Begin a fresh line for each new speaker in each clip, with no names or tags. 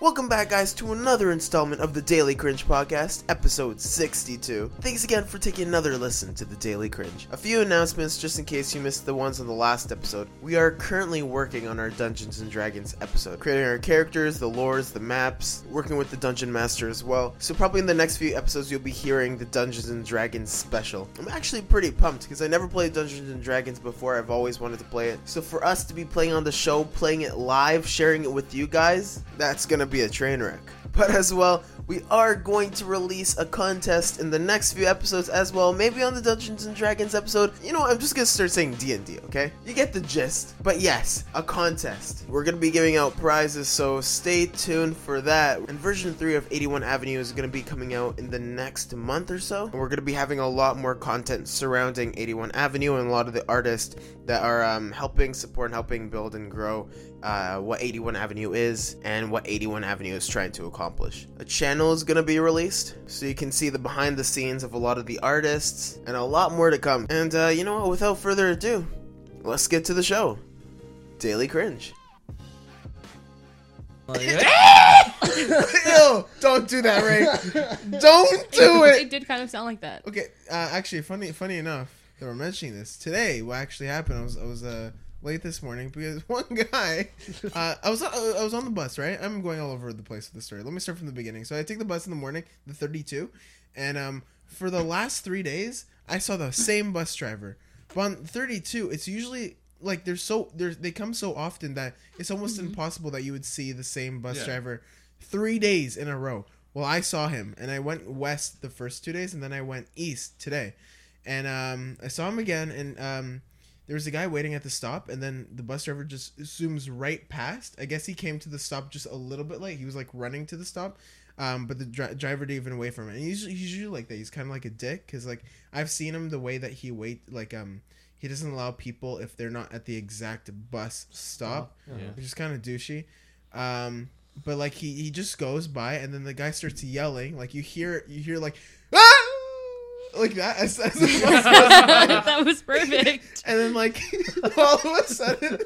Welcome back, guys, to another installment of the Daily Cringe Podcast, episode 62. Thanks again for taking another listen to the Daily Cringe. A few announcements just in case you missed the ones on the last episode. We are currently working on our Dungeons and Dragons episode, creating our characters, the lores, the maps, working with the Dungeon Master as well. So, probably in the next few episodes, you'll be hearing the Dungeons and Dragons special. I'm actually pretty pumped because I never played Dungeons and Dragons before, I've always wanted to play it. So, for us to be playing on the show, playing it live, sharing it with you guys, that's gonna be a train wreck. But as well, we are going to release a contest in the next few episodes as well. Maybe on the Dungeons and Dragons episode. You know, what, I'm just gonna start saying D and D, okay? You get the gist. But yes, a contest. We're gonna be giving out prizes, so stay tuned for that. And version three of 81 Avenue is gonna be coming out in the next month or so. And we're gonna be having a lot more content surrounding 81 Avenue and a lot of the artists that are um, helping support and helping build and grow uh, what 81 Avenue is and what 81 Avenue is trying to accomplish. A channel is going to be released so you can see the behind the scenes of a lot of the artists and a lot more to come. And uh, you know what? Without further ado, let's get to the show. Daily Cringe. Ew, don't do that, Ray. Don't do
It did kind of sound like that.
Okay, uh, actually, funny funny enough that we're mentioning this today. What actually happened? I was I was uh, late this morning because one guy, uh, I was uh, I was on the bus right. I'm going all over the place with the story. Let me start from the beginning. So I take the bus in the morning, the 32, and um for the last three days I saw the same bus driver. But on 32, it's usually like they're so they're, they come so often that it's almost impossible that you would see the same bus
Yeah.
driver three days in a row. Well, I saw him, and I went west the first two days, and then I went east today, and um, I saw him again, and um, there was a guy waiting at the stop, and then the bus driver just zooms right past. I guess he came to the stop just a little bit late. He was like running to the stop, um, but the dri- driver didn't even wait for him. And he's, he's usually like that. He's kind of like a dick, cause like I've seen him the way that he wait, like um, he doesn't allow people if they're not at the exact bus stop which is kind of douchey. Um, but like he, he just goes by, and then the guy starts yelling. Like you hear you hear like ah! like that as, as the bus goes by.
that was perfect.
And then, like, all of a sudden,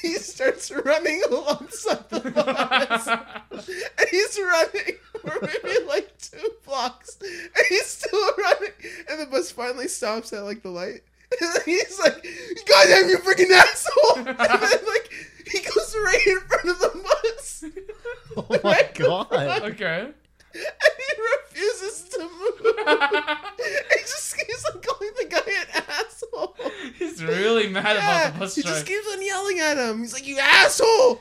he starts running alongside the bus. And he's running for maybe like two blocks. And he's still running. And the bus finally stops at, like, the light. And then he's like, Goddamn, you freaking asshole! And then, like, he goes right in front of the bus.
Oh my god.
Okay.
And he refuses to move. he just keeps on calling the guy an asshole.
He's really mad
Yeah,
about the bus
he
driver.
just keeps on yelling at him. He's like, "You asshole! I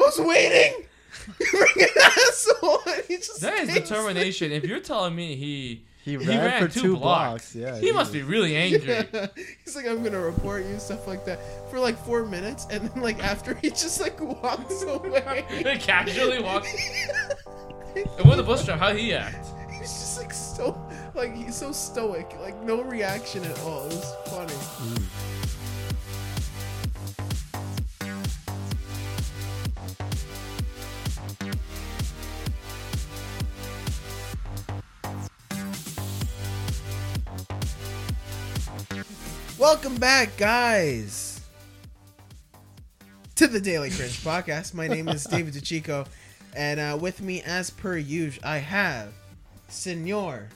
was waiting. You freaking asshole!" And he just
That is
takes-
determination. if you're telling me he
He ran,
he ran
for two, blocks. Yeah.
he must be really angry.
Yeah. He's like, "I'm gonna report you," stuff like that, for like four minutes, and then like after he just like walks away.
They casually walk.
He's
And when the bus driver, how he act?
just like so, like he's so stoic, like no reaction at all. It was funny. Welcome back, guys, to the Daily Cringe Podcast. My name is David DeChico, and uh, with me, as per usual, I have Senor.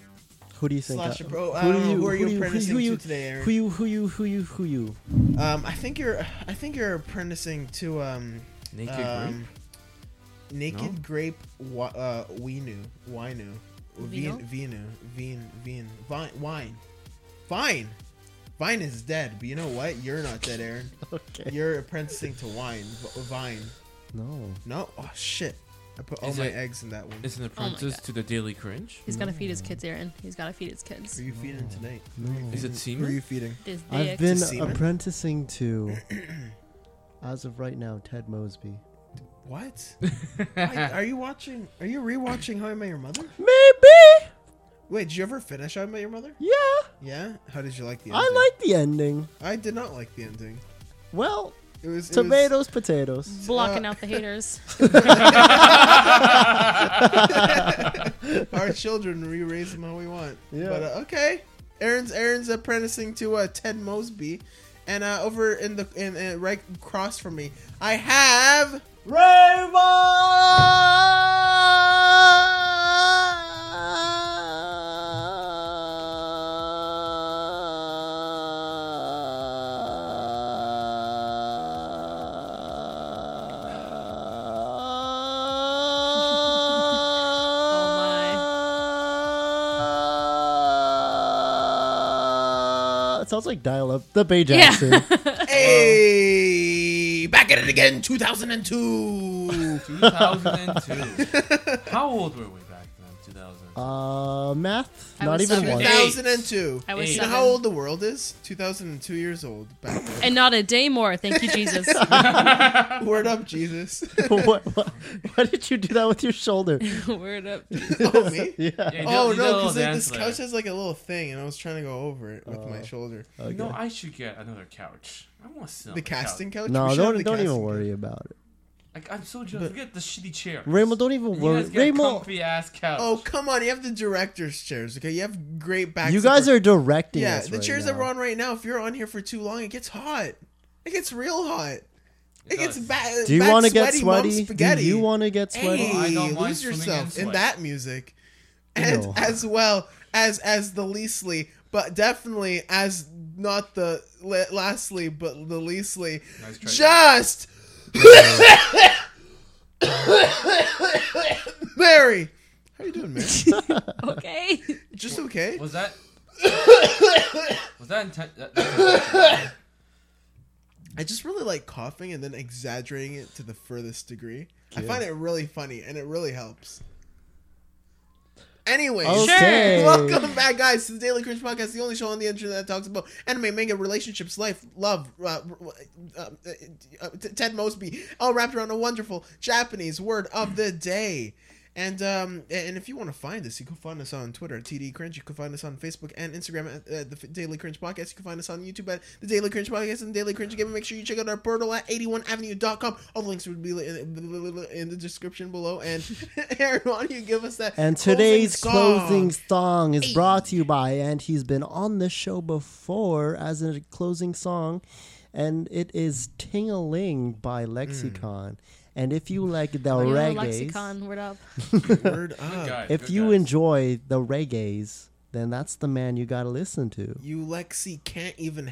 Who do you think?
Slash
I-
a bro- I don't know, who are you apprenticing
you,
to today, Aaron?
Who you? Who you? Who you? Who you?
Um, I think you're, I think you're apprenticing to um,
Naked
um, naked
No?
grape. Wa- uh, Winu, Winu,
Vino?
Vin, Vinu, Vin, Vin, Vine, Wine, Vine. Vine is dead, but you know what? You're not dead, Aaron.
Okay.
You're apprenticing to wine, v- vine.
No.
No, oh shit! I put all
Is
my
it-
eggs in that one.
It's an
my
apprentice
God.
to the Daily Cringe.
He's gotta feed his kids, Aaron. He's gotta feed his kids.
Who are you feeding tonight?
No.
Is it
Who are
semen?
you feeding?
His
I've
dick.
been
semen?
apprenticing to, as of right now, Ted Mosby.
What? Why- are you watching? Are you rewatching How I Met Your Mother?
Maybe.
Wait, did you ever finish How I Met Your Mother?
Yeah.
Yeah. How did you like the ending?
I like the ending.
I did not like the ending.
Well,
It was it was-
tomatoes, potatoes.
blocking
uh,
out the haters.
our children we raise them how we want.
Yeah.
But uh, okay, Aaron's Aaron's apprenticing to uh, Ted Mosby, and uh, over in the in, in right across from me, I have
Raymond.
Oh,
sounds like dial up the Bay
Yeah.
Jackson.
Hey, back at it again, 2002.
2002. How old were we back then? 2000.
Uh, math?
I
Not
was
even
seven.
one.
Hey.
2002.
I was
Hey.
You know
seven.
how old the world is? 2002 years old. Back then.
and not a day more. Thank you, Jesus.
Word up, Jesus.
what, what, why did you do that with your shoulder?
Word up.
oh, me?
Yeah.
Yeah, you
Oh,
did- you did a
no,
little
because like, Oh.
dance
this
there.
couch has like a little thing, and I was trying to go over it with my shoulder.
Okay.
You know, I should get another couch. I want to sit on
The casting couch? We
no,
should have
don't
the
don't even
casting
worry about it.
Like, I'm so jealous. Look at the shitty chair.
Raymond, don't even
You
worry.
guys get
Raymond,
comfy ass couch.
Oh, come on. You have the director's chairs, okay? You have great back
you guys
support.
are directing
Yeah,
us
the
right
chairs
now.
that we're on right now, if you're on here for too long, it gets hot. It gets real hot. It, gets
does.
bad.
Do you
want to
get
mom
sweaty? Do
Spaghetti.
you want to get sweaty?
Hey,
Well, I don't mind
lose
swimming in
yourself in
sweat.
that music, and
Ew.
as well as as the leastly, but definitely as not the la- lastly, but the leastly.
Nice try.
Just Mary, how you doing, Mary?
Okay.
Just okay?
Was that? was that intent? That, that-
I just really like coughing and then exaggerating it to the furthest degree. I find it really funny and it really helps. Anyways,
Okay.
welcome back, guys, to the Daily Cringe Podcast, the only show on the internet that talks about anime, manga, relationships, life, love, uh, uh, uh, uh, Ted Mosby, all wrapped around a wonderful Japanese word of the day. And um, and if you want to find us, you can find us on Twitter at TD Cringe. You can find us on Facebook and Instagram at uh, the F- Daily Cringe Podcast. You can find us on YouTube at the Daily Cringe Podcast and Daily Cringe Gaming. Make sure you check out our portal at 81avenue.com. All the links will be in, in the description below. And Aaron, why don't you give us that?
And
closing
today's
song?
closing song is brought to you by, and he's been on the show before as a closing song, and it is Ting a Ling by
Hmm.
Lexicon. And if you like the
Oh,
You know,
reggae,
lexicon. Word up.
Word
that-
up.
guys,
if
good
you
guys.
enjoy the reggae's, then that's the man you gotta listen to.
You Lexi can't even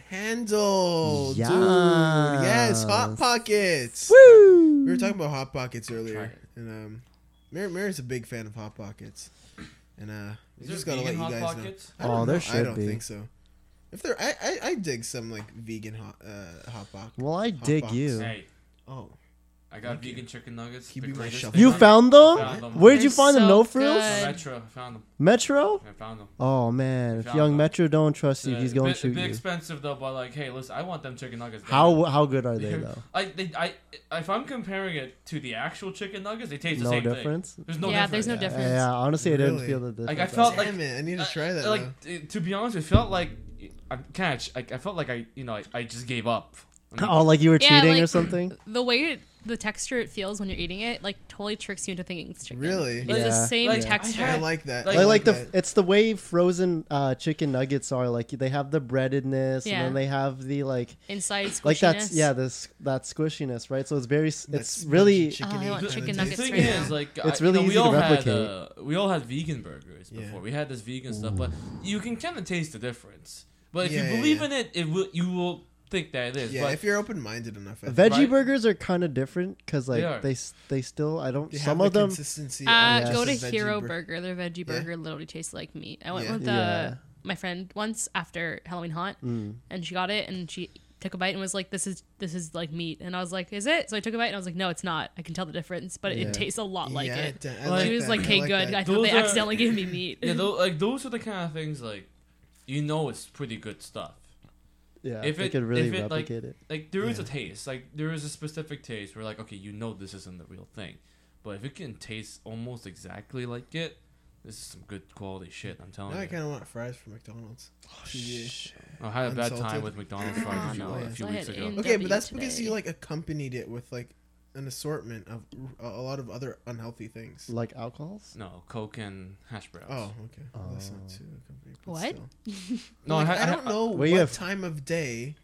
handle,
Yes.
dude. Yes, hot pockets.
Woo!
We were talking about hot pockets earlier,
it.
and um, Mary Mary's a big fan of hot pockets, and uh, we
Is there
just gotta let
vegan
you
Hot
guys
Pockets?
know. I don't
Oh, there
know. I
should
don't
be.
think so. If there, I, I, I dig some like vegan hot uh, hot pockets.
Well, I dig you.
Hey,
Oh,
I got vegan chicken nuggets.
Keep
the
you my
greatest
shovel. Uh,
thing
You
on
found them?
Found them.
Where did
They're
you find them?
so
No frills?
good.
Metro. I found them.
Metro?
I found them.
Oh man, if
Found
young
them.
Metro don't trust you,
Uh,
he's going
bit-
to shoot
bit
you.
expensive though, but like, hey, listen, I want them chicken nuggets. bad.
How how good are they though?
Like they, I, if I'm comparing it to the actual chicken nuggets, they taste the
No
same
difference?
thing. There's no
yeah, there's
difference.
no difference.
Yeah, honestly, I didn't
Really?
feel the difference.
Like I felt like
damn it! I need to try that.
I-
now.
Uh, like t- to be honest, it felt like I kind of like I felt like I you know I, I just gave up. I mean,
Oh, like you were
Yeah,
cheating or
like- uh,
something?
The way it, the texture it feels when you're eating it, like totally tricks you into thinking it's chicken.
Really?
It's
Yeah.
the same
Like, I
texture.
had-
I like that.
Like-
Like, like the
that.
it's the way frozen uh, chicken nuggets are. Like they have the breadedness,
Yeah.
and then they have the like
Inside squishiness.
like that's yeah this that squishiness, right? So it's very s-
that
it's
spongy
really
chicken
Oh, I
meat
want
kinda
chicken
taste.
the
nuggets
thing
right now.
is, like,
It's
I-
really
you know,
easy to
we all
replicate.
Had, uh, we all had vegan burgers before.
Yeah.
We had this vegan stuff, but you can kind of taste the difference. But if
Yeah, yeah,
you believe
yeah.
in it, it will you will think that it is.
Yeah,
but
if you're open-minded enough, I
veggie
Right.
burgers are kind of different because like
They are.
they s- they still I don't
They
some
have
of
the
them
Consistency
Uh,
of
Yeah.
Go to
just a veggie
Hero
bur-
Burger. Their veggie burger literally tastes like meat. I went
Yeah.
with uh,
Yeah. Mm.
my friend once after Halloween Haunt, and she got it, and she took a bite and was like, "This is this is like meat," and I was like, "Is it?" So I took a bite, and I was like, "No, it's not. I can tell the difference, but
Yeah.
it tastes a lot like
Yeah,
it."
I
she
like
was
that.
like,
I
"Okay, good.
that.
I thought
Those
they
are-
accidentally gave me meat."
yeah, tho- like those are the kind of things like you know it's pretty good stuff.
yeah
if
they
it-
could really
if it, like-
replicate it.
Like there is
Yeah.
a taste, like there is a specific taste where like okay, you know this isn't the real thing, but if it can taste almost exactly like it, this is some good quality shit. I'm telling
Now I
you.
kind of want fries from McDonald's. Yeah.
I had a bad time
Unsalted.
with McDonald's fries you know,
yeah.
a few
Go
weeks
ahead,
ago.
Ian.
Okay,
W E
but that's because you
today.
like accompanied it with like an assortment of r- a lot of other unhealthy things.
Like alcohols?
No, Coke and hash browns.
Oh, okay. Well, that's not too accompanied. but
Um, What?
still.
no,
Like,
I,
I,
had-
don't know
Well, you
what
have-
time of day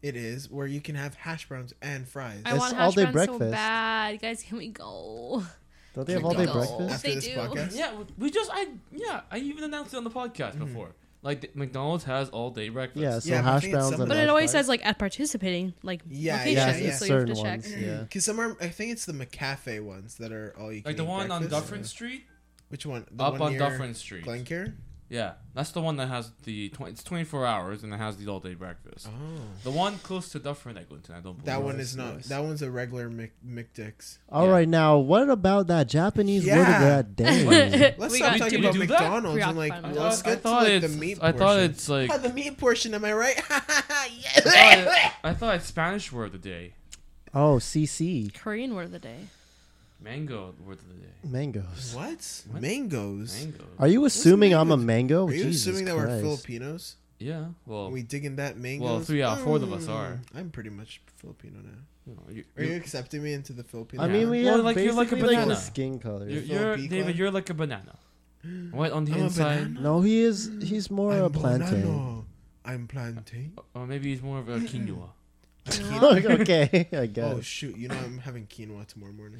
it is where you can have hash browns and fries.
I
It's
want hash
all-day
browns so
breakfast.
bad, guys. Can we go?
Don't they have all day
McDonald's.
breakfast?
after
they
this
do.
podcast.
Yeah, we- we just I yeah I even announced it on the podcast before. Like th- McDonald's has all day breakfast.
Yeah,
Mm-hmm.
so
Yeah, but I
hash
think it's
browns
some
and
of
But
those
it always
hash
says like at participating like
Yeah,
browns.
locations,
yeah,
yeah,
it's
so you have
certain
to check.
ones. Yeah.
Because some are, I think it's the McCafe ones that are all you can
Like the
eat
one on
breakfast.
Dufferin Street,
Which one? The
up
one
on
near
Dufferin Street.
Glencare?
Yeah, that's the one that has the tw- it's 24 hours and it has the all day
Oh.
breakfast. The one close to Dufferin Eglinton, I don't believe.
Oh. That one
is
is not.
nice.
That one's a regular Mc, McDicks.
All right,
Yeah.
now what about that Japanese word
Yeah.
of that day?
Let's
We
stop
got
talking
to
about
do that.
McDonald's and like
Preoccupied
I
with
thought,
let's
I
get to
thought
like the
it's-
meat.
I thought
portion.
it's like
Ah, the meat portion, am I right?
I
yeah.
thought, I thought it's Spanish word of the day.
oh, CC
Korean word of the day.
Mango word of the day.
mangoes.
what?
What?
mangoes?
Mango.
Are you assuming I'm a
mangoes?
mango?
Are you
Oh, Jesus
assuming that we're
Christ.
Filipinos?
Yeah. Well,
Are we digging that mangoes? Mm.
three out of four of us are.
I'm pretty much Filipino now.
you know, you-
Are you
you-
accepting me into the Filipino?
I mean,
Yeah.
we
Well,
have
like, you're like a
basically like the
banana.
skin color.
you're,
Phil
you're-
Pico?
David. You're like a banana. Right on the
I'm a
inside,
banana?
No, he is. He's more a
I'm
plantain.
banana. I'm plantain.
or maybe he's more of a quinoa.
okay, I
Oh
guess.
shoot! You know I'm having quinoa tomorrow morning.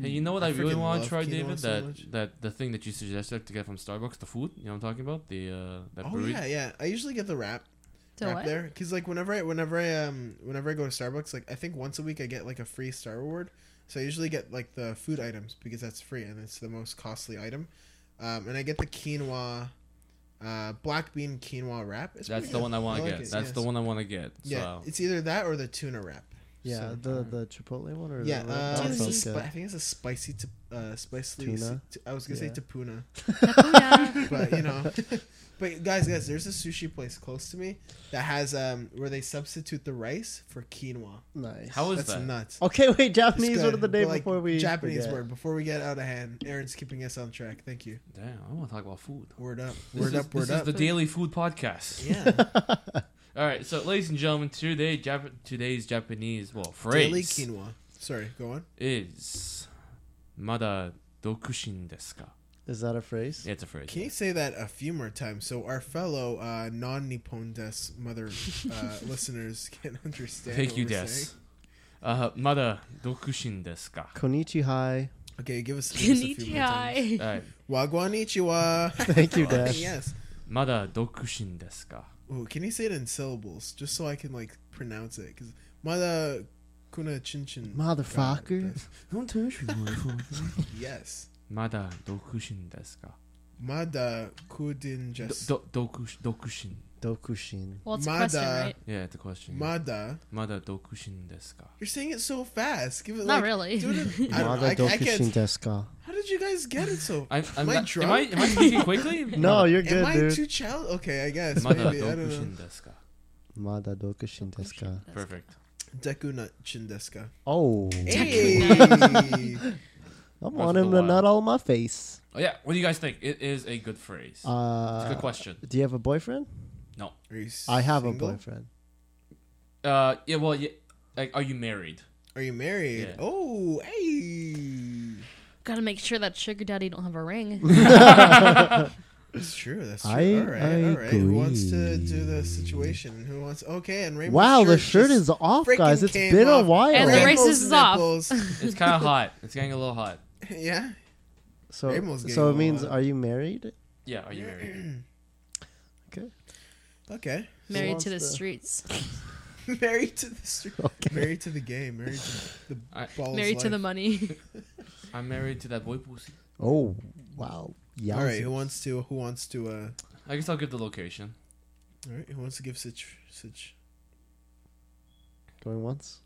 Hey, you know what
I
I, really
freaking
want
love
to try,
quinoa
David?
so
that
much.
that the thing that you suggested to get from Starbucks, the food. You know what I'm talking about? The uh, that
Oh
burrito.
yeah, yeah. I usually get the wrap.
So
wrap
what?
there because like whenever I whenever I um whenever I go to Starbucks, like I think once a week I get like a free Star Reward. So I usually get like the food items because that's free and it's the most costly item. Um, and I get the quinoa, uh, black bean quinoa wrap. It's
That's
pretty
the
good.
one I
I
want to
like
get.
it,
That's
yes.
the one I want to get.
Yeah,
So
it's either that or the tuna wrap.
Yeah,
So-
the the Chipotle one or
yeah,
The,
uh,
that
it's a
sounds
spi- I
good.
think it's a spicy, t- uh, spicy.
Tuna?
t- I was gonna
Yeah.
say tapuna,
Takuya.
but you know, but guys, guys, there's a sushi place close to me that has um where they substitute the rice for quinoa.
nice.
how is
That's
that?
nuts.
Okay, wait.
It's
Japanese word
good,
of the day
but, like,
before we
Japanese
forget.
word before we get out of hand. Aaron's keeping us on track. Thank you.
Damn, I want to talk about food.
Word up.
This
word
is-
up. Word
this
up.
is the daily food podcast.
yeah.
All right, so ladies and gentlemen, today Jap- today's Japanese well
Daily
phrase
quinoa. Sorry. Go on.
is mada dokushin desu ka?
Is that a phrase?
Yeah, it's a phrase.
Can you say that a few more times so our fellow uh, non-Nippon des mother uh, listeners can understand?
Thank
what
you,
we're
des.
saying?
Uh, mada dokushin desu ka?
Konichi Hai.
Okay, give us, give us a few more times.
Konnichiwa.
All right,
Wagwanichiwa.
Thank you, Des.
yes.
mada dokushin desu ka?
Ooh, can you say it in syllables just so I can like pronounce it? Because mother kuna chin chin.
Motherfucker.
Don't touch me.
Yes.
Mada dokushin desu ka?
Mada kudin just.
Do- do- dokush- dokushin.
Dokushin.
Well, it's a
Mada.
question, right?
Yeah, the question.
Mada.
Mada dokushin desu ka?
You're saying it so fast. Give it
Not
like,
really.
do it in- I, don't know,
Mother
I, I
Dokushin
can't.
desu ka.
How did you guys get it so?
I'm, I'm
am I
not-
drunk?
Am I, am I speaking quickly?
No, you're
Am
good,
I
dude.
too child? Okay, I guess
Mada
maybe. I don't know.
dokushin desu ka?
Mother Dokushin desu ka.
Perfect.
Deku na chindeska.
Oh,
Hey.
I
Breath
want
of
him
the
to
Wild.
nut all my face.
Oh yeah, what do you guys think? It is a good phrase. it's a
Uh,
good question.
do you have a boyfriend?
No.
Are you
I have
single?
a boyfriend.
Uh, yeah. Well, yeah. Like, are you married?
Are you married?
Yeah.
Oh, hey.
Gotta make sure that sugar daddy don't have a ring.
That's true. That's true.
I-
all right,
I
all right. Who wants to
agree.
do the situation? Who wants? Okay, and Rainbow.
Wow, the
shirt
shirt
just
is off,
freaking
guys. It's
came
been a
off.
while.
And the
Right.
race-
Rainbow's
is off.
nipples.
It's kind of hot. It's getting a little hot.
yeah.
so,
Rainbow's
so it
getting
means,
old.
are you married?
Yeah. Are you married?
Okay.
Okay.
Married
wants
to the
the-
streets.
married to the street.
Okay.
Married to the game. Married to the
I-
balls.
Married to the
life.
money.
I'm married to that boy pussy.
Oh, wow. Yeah.
All right, who wants to? Who wants to? Uh,
I guess I'll give the location.
all right, who wants to give such such?
Going once?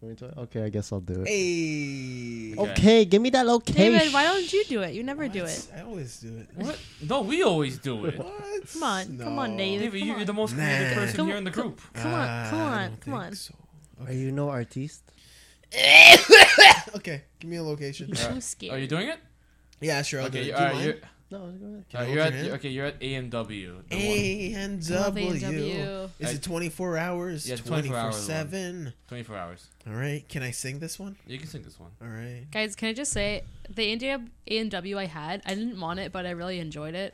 Going twice? Okay, I guess I'll do it.
Hey,
Oh,
Okay, give me that location.
David, why don't you do it? You never do it.
I always do it.
What? No, we always do it.
What?
Come on, come on, David.
David, you're
Come
the most creative
Nah.
person
Come-
here in the group.
Come on, come
Ah, I
on,
don't
come
think
on.
so.
Are you no artiste?
Okay, give me a location.
You're so
Are you
scared.
doing it?
Yeah, sure. I'll
Okay.
do it.
All right. You're,
No, go ahead.
all right,
I
you're
hold
at.
your hand?
You're, okay. You're at A&W. the one.
A and W.
Love A&W.
Is
I-
it 24 hours?
Yeah,
24
24 hours
7.
24 hours.
All right. Can I sing this one?
You can sing this one.
All right.
Guys, can I just say the India A and W I had, I didn't want it, but I really enjoyed it.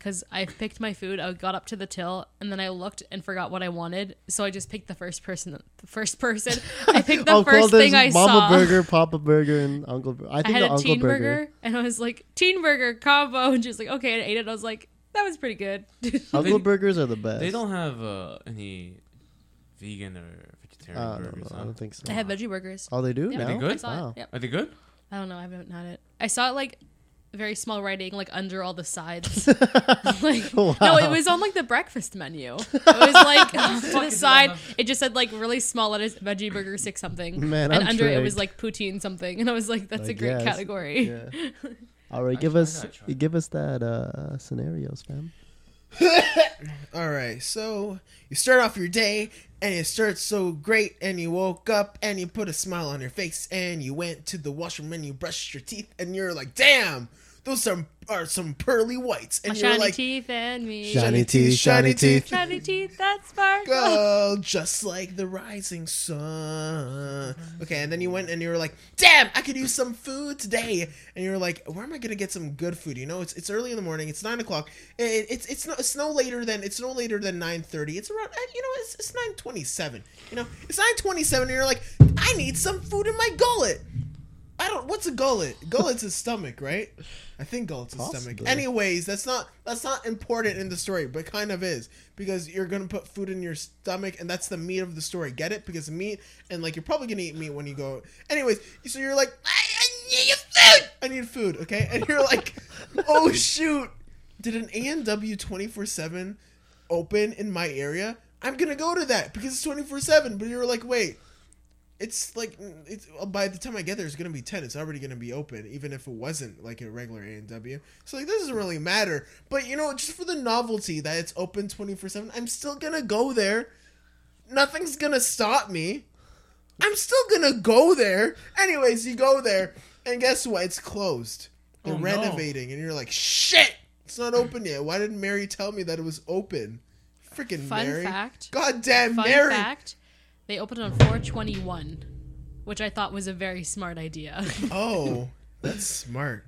Cause I picked my food, I got up to the till, and then I looked and forgot what I wanted, so I just picked the first person. The first person, I picked the
oh, cool.
first
There's
thing I
Mama
saw.
Burger, Papa Burger, and Uncle Burger. I
I
think
had
the
a
Uncle
teen burger. and I was like teen burger combo, and she was like, okay, and I ate it. I was like, that was pretty good.
Uncle
They-
Burgers are the best.
They don't have uh, any vegan or vegetarian
Uh, no, no,
burgers. huh?
I don't think so.
I had veggie burgers.
Oh, they do
Yeah,
now.
they good?
I saw
Wow.
it. Yep.
Are they good?
I don't know. I haven't had it. I saw it like very small writing like under all the sides. like no, it was on like the breakfast menu. It was like to the
Fucking
side.
dumb.
It just said like really small letters veggie burger six something.
Man,
and
I'm
under it was like
tricked.
poutine something. And I was like, that's
I
a great
guess.
category.
All right,
I-
give
I
us
gotta try.
give us that uh, scenario, spam.
All right, so you start off your day and it starts so great, and you woke up and you put a smile on your face, and you went to the washroom and you brushed your teeth, and you're like, damn, those are, are some pearly whites,
My
and you're
shiny
like,
teeth and me.
Shiny
Shiny,
teeth, shiny teeth.
teeth that sparkle.
go just like the rising sun. Okay, and then you went and you were like, damn, I could use some food today, and you were like, where am I gonna get some good food? You know, it's it's early in the morning, it's nine o'clock, it, it's it's no it's no later than it's no later than nine thirty. It's around, eh, you know, it's it's nine twenty seven. You know, it's nine twenty seven, and you're like, I need some food in my gullet. I don't. What's a gullet? Gullet's a stomach, right? I think gullet's a stomach.
Possibly.
Anyways, that's not that's not important in the story, but kind of is because you're gonna put food in your stomach, and that's the meat of the story. Get it? Because meat, and like you're probably gonna eat meat when you go. Anyways, so you're like, I, I need food. I need food. Okay, and you're like, oh shoot, did an A and W twenty four seven open in my area? I'm gonna go to that because it's twenty four seven. But you're like, wait it's like it's uh, by the time I get there, it's gonna be ten. It's already gonna be open, even if it wasn't like a regular A and W. So like, this doesn't really matter. But you know, just for the novelty that it's open twenty four seven, I'm still gonna go there. Nothing's gonna stop me. I'm still gonna go there. Anyways, you go there, and guess what? It's closed. They're
Oh, no.
renovating, and you're like, shit, it's not open yet. Why didn't Mary tell me that it was open? Freaking
Fun
Mary!
fact.
Goddamn
Fun
Mary!
fact: They opened on 421, which I thought was a very smart idea.
Oh, that's smart.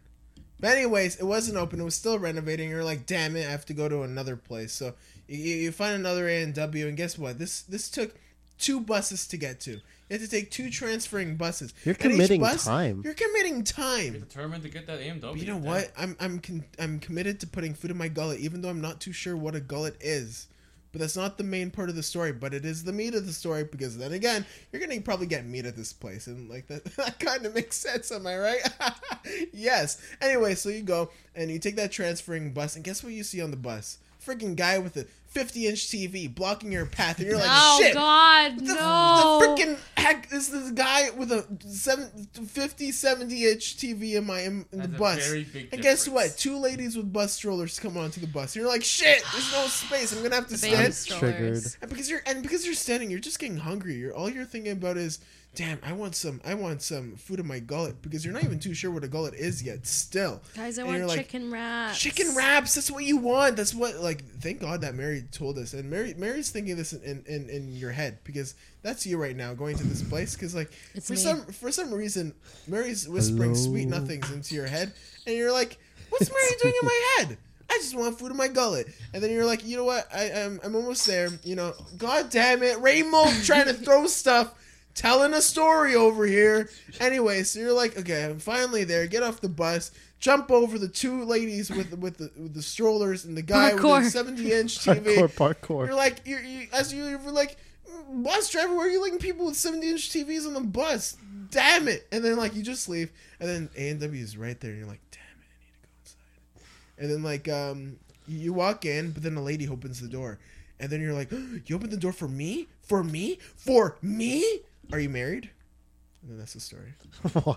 But anyways, it wasn't open. It was still renovating. You're like, damn it, I have to go to another place. So you, you you find another A and W, and guess what? This this took two buses to get to. You have to take two transferring buses.
You're
And each
committing time.
You're committing
You're
time.
determined to get that AMW.
You know
Damn.
what? I'm I'm con- I'm committed to putting food in my gullet, even though I'm not too sure what a gullet is. But that's not the main part of the story. But it is the meat of the story because then again, you're gonna probably get meat at this place, and like that, that kind of makes sense. Am I right? yes. Anyway, so you go and you take that transferring bus, and guess what you see on the bus? Freaking guy with a 50 inch TV blocking your path, and you're like,
oh
shit.
God,
The,
no!
the freaking heck is this guy with a seven, 50, 70 inch TV in my in, in the
That's a
bus?
very big
and guess
difference.
what? Two ladies with bus strollers come onto the bus. And you're like, shit, there's no space. I'm gonna have to
Baby
stand.
strollers.
And because you're and because you're standing, you're just getting hungry. You're all you're thinking about is, damn, I want some, I want some food in my gullet because you're not even too sure what a gullet is yet. Still,
Guys, I
And
want
you're like,
chicken wraps.
Chicken wraps. That's what you want. That's what like. Thank God that Mary told us. And Mary, Mary's thinking this in in, in your head because that's you right now going to this place because like
It's
for
me.
some for some reason Mary's whispering
Hello.
sweet nothings into your head and you're like, what's Mary doing in my head? I just want food in my gullet. And then you're like, you know what? I, I'm I'm almost there. You know, God damn it, Raymond trying to throw stuff. Telling a story over here. Anyway, so you're like, okay, I'm finally there. Get off the bus. Jump over the two ladies with with the, with the strollers and the guy with
Parkour.
the 70 inch TV.
Parkour, parkour.
You're like, you're, you, as you, you're like, bus driver, why are you letting people with 70 inch TVs on the bus? Damn it! And then like you just leave, and then A and W is right there, and you're like, damn it, I need to go inside. And then like um, you- you walk in, but then a lady opens the door, and then you're like, you opened the door for me, for me, for me. Are you married? And then that's the story.
Wow.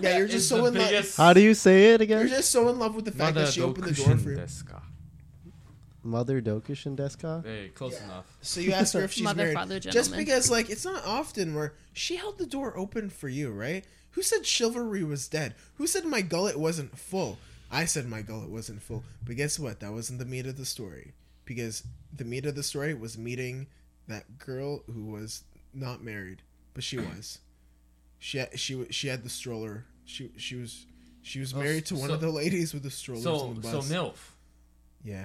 Yeah, you're just
It's
so
the
in love.
biggest
How do you say it
You're
again?
just so in love with the fact
mother
that she
do
opened the door for
cushion
you.
desu ka.
Mother Dokush and Deska.
Hey, close enough.
So you ask her if she's
Mother,
married.
father,
Just
gentleman.
because, like, it's not often where she held the door open for you, right? Who said chivalry was dead? Who said my gullet wasn't full? I said my gullet wasn't full. But guess what? That wasn't the meat of the story. Because the meat of the story was meeting that girl who was not married, but she was. She had, she wa- she had the stroller. She she was she was
Oh,
married to one
so-
of the ladies with the strollers on
So,
the
so
bus.
MILF.
yeah.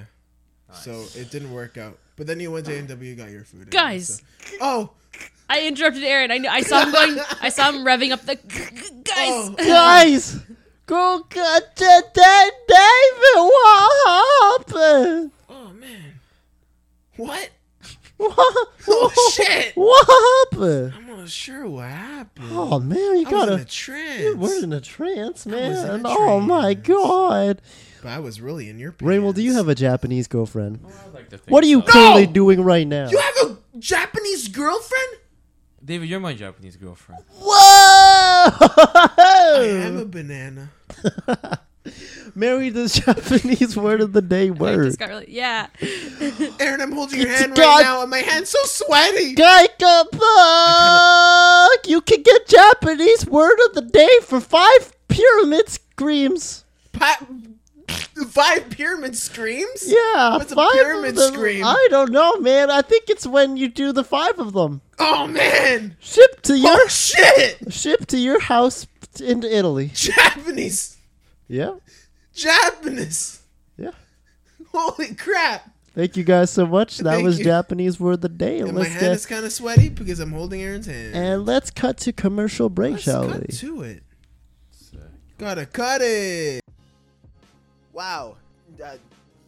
Nice.
So it didn't work out. But then you went to A&W, got your food. anyway,
Guys.
so- Oh,
I interrupted Aaron. I knew, I saw him going. I saw him revving up the guys.
Oh.
Guys, go get that David. What happened?
Oh man. What?
What?
Oh shit!
What happened?
I'm not sure what happened.
Oh man, you
I was in a
gotta.
trance.
You were in a trance, man.
was in a
Oh my
trance.
god.
but I was really in your pants.
Raymond, do you have a Japanese girlfriend?
I like to think
What are you
so.
currently doing right now?
You have a Japanese girlfriend?
David, you're my Japanese girlfriend.
I
Whoa!
am a banana.
Marry this Japanese word of the day
I
word.
just got really yeah.
Aaron, I'm holding your
It's
hand
God-
right now, and my hand's so sweaty.
Gaika Buck! You can get Japanese word of the day for five pyramid screams.
Pa- five pyramid screams.
Yeah,
What's a
five
pyramid
of them.
scream?
I don't know, man. I think it's when you do the five of them.
Oh man!
Ship to your
Oh shit!
ship to your house into Italy.
Japanese,
Yeah,
Japanese.
yeah.
Holy crap!
Thank you guys so much. That
Thank
was
you.
Japanese word of the day.
And my
let's
hand
get
is kind of sweaty because I'm holding Aaron's hand.
and let's cut to commercial break,
Let's
shall
cut
we?
to it.
So,
Gotta cut it.
Wow. Uh,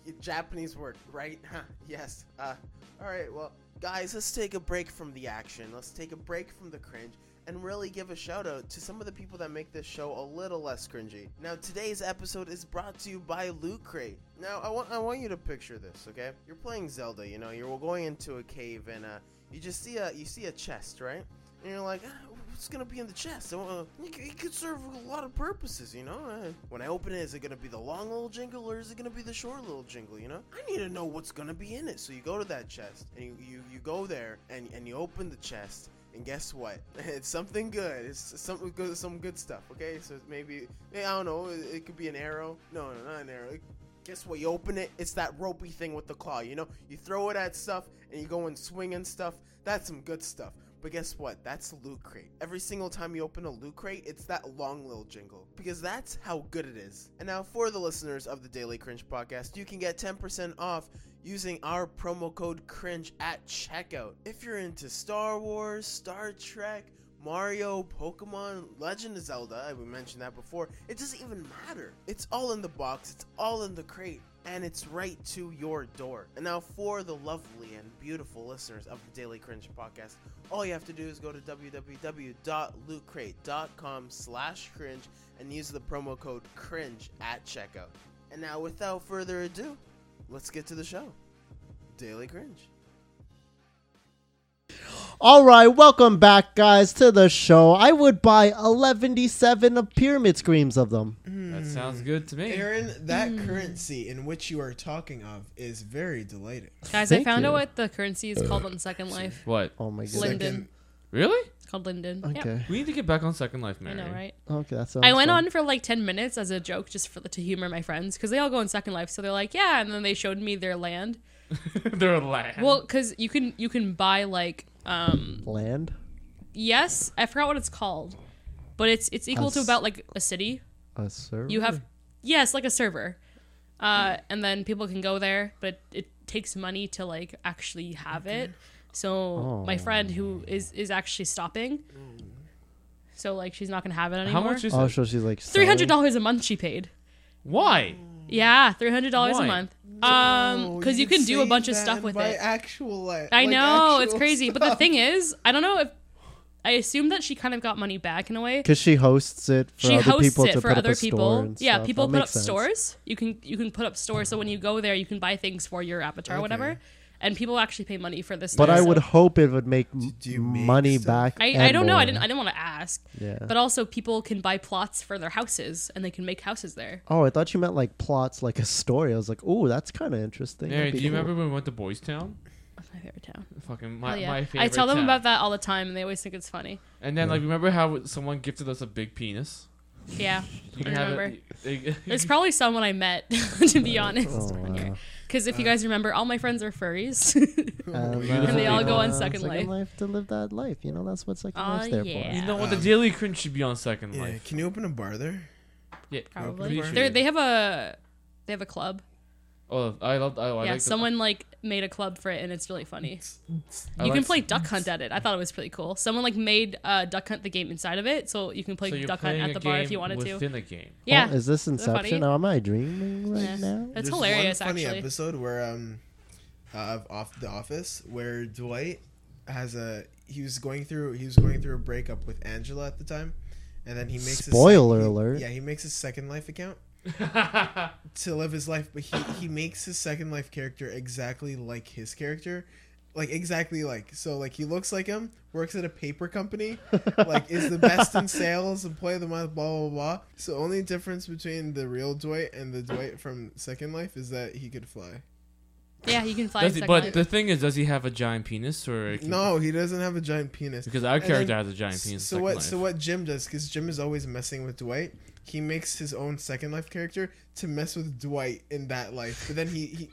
y- Japanese word, right? Huh. Yes. Uh, all right. Well, guys, let's take a break from the action. Let's take a break from the cringe and really give a shout out to some of the people that make this show a little less cringy. Now, today's episode is brought to you by Loot Crate. Now, I want I want you to picture this, okay? You're playing Zelda. You know, you're going into a cave and uh, you just see a you see a chest, right? And you're like, ah, what's gonna be in the chest? Uh, It c- it could serve a lot of purposes, you know. Uh, When I open it, is it gonna be the long little jingle or is it gonna be the short little jingle? You know, I need to know what's gonna be in it. So you go to that chest and you you, you go there and and you open the chest. And guess what? It's something good. It's some good, some good stuff. Okay, so maybe I don't know. It, it could be an arrow. No, no, not an arrow. It- guess what? You open it. It's that ropey thing with the claw. You know, you throw it at stuff and you go and swing and stuff. That's some good stuff. But guess what? That's loot crate. Every single time you open a loot crate, it's that long little jingle because that's how good it is. And now for the listeners of the Daily Cringe podcast, you can get 10% off using our promo code cringe at checkout. If you're into Star Wars, Star Trek, Mario, Pokemon, Legend of Zelda, I- we mentioned that before. It doesn't even matter. It's all in the box, it's all in the crate, and it's right to your door. And now, for the lovely and beautiful listeners of the Daily Cringe podcast, all you have to do is go to www.lootcrate.com slash cringe and use the promo code cringe at checkout. And now, without further ado, let's get to the show. Daily Cringe.
All right, welcome back, guys, to the show. I would buy eleven-seven of pyramid screams of them.
that sounds good to me.
Aaron, that
Mm.
currency in which you are talking of is very delighted.
Guys, I
Thank
found
you.
out what the currency is called on Second Life.
What?
Oh my god.
Linden.
Second-
Really?
It's called Linden. Yep.
Okay.
We need to get back on Second Life,
I
Mary.
know, right?
Okay, that sounds.
I went
fun.
on for like 10 minutes as a joke just for, to humor my friends because they all go in Second Life. So they're like, yeah. And then they showed me their land.
They're laughing.
Well, because you can, you can buy like, um,
land.
yes, I forgot what it's called, but it's, it's equal to
Us.
about like a city.
A server.
You have, yes, like a server. Uh, and then people can go there, but it takes money to like actually have it. So
Oh.
my friend who is, is actually stopping. So like, she's not going to have it anymore.
How much is
Oh,
it?
so she's like selling-
Three hundred dollars a month she paid.
Why?
Hmm. Yeah, three hundred dollars a
Why?
month. Um, because you can do a
save
bunch of
Oh, that
stuff
and
with
buy
it.
Actual, li- like,
I know it's
actual
crazy, but the
stuff.
thing is, I don't know if I assume that she kind of got money back in a way.
Cause she hosts it for
She
other
hosts
people to
it for
put up
other
a store
people.
and
Yeah,
stuff.
people
That
put up
makes sense.
stores. You can you can put up stores, so when you go there, you can buy things for your avatar, or whatever. And people actually pay money for this.
But
stuff,
I
so-
would hope it would make m-
do you make
money
stuff?
back.
I, I
and
don't know. I
more.
didn't. I didn't want to ask.
Yeah.
But also, people can buy plots for their houses, and they can make houses there.
Oh, I thought you meant like plots, like a story. I was like, oh, that's kind of interesting.
Mary,
That'd
do
be
you
cool.
remember when we went to Boys Town?
That's my favorite town.
Fucking
Oh,
my,
yeah.
my favorite.
I tell them
town.
about that all the time, and they always think it's funny.
And then, like, remember how someone gifted us a big penis?
Yeah,
You
I
can have it-
remember.
you-
It's probably someone I met, to be honest.
Oh, wow.
Because if you
Uh.
guys remember, all my friends are furries.
And
they all go on
uh,
Second Life.
to live that life. You know, that's what Second
Aw,
Life's there
yeah.
You know what? The Daily Cringe should be on Second
Yeah,
Life.
can you open a bar there?
Yeah,
probably.
pretty
They
sure.
they have a they have a club.
Oh, I love. I, I
yeah,
like
someone like made a club for it, and it's really funny.
The, I
you
like
can play Duck Hunt at it. I thought it was pretty cool. Someone like made uh, Duck Hunt the game inside of it, so you can play
so you're
Duck Hunt
playing
at
a
the bar if
game
you wanted to.
Within a game.
Yeah,
Oh, is this
that funny?
Inception? Oh, am I dreaming right
Yeah.
now?
that's
There's one
hilarious.
One funny
Actually,
episode where um,
of off The Office where Dwight has a he was going through he was going through a breakup with Angela at the time, and then he makes a sec-
Spoiler
he-
alert.
Yeah, he makes his second life account
yeah.
to live his life, but he he makes his second life character exactly like his character. Like exactly like so like he looks like him, works at a paper company, like is the best in sales, employee of the month, blah blah blah. So only difference between the real Dwight and the Dwight from Second Life is that he could fly.
Yeah, you can fly.
Does he,
second
but
life.
the thing is, does he have a giant penis or can-
No, he doesn't have a giant penis.
Because our
And
character
then-
has a giant penis. in
So
Second
what?
Life.
So what Jim does? Because Jim is always messing with Dwight. He makes his own Second Life character to mess with Dwight in that life. But then he, he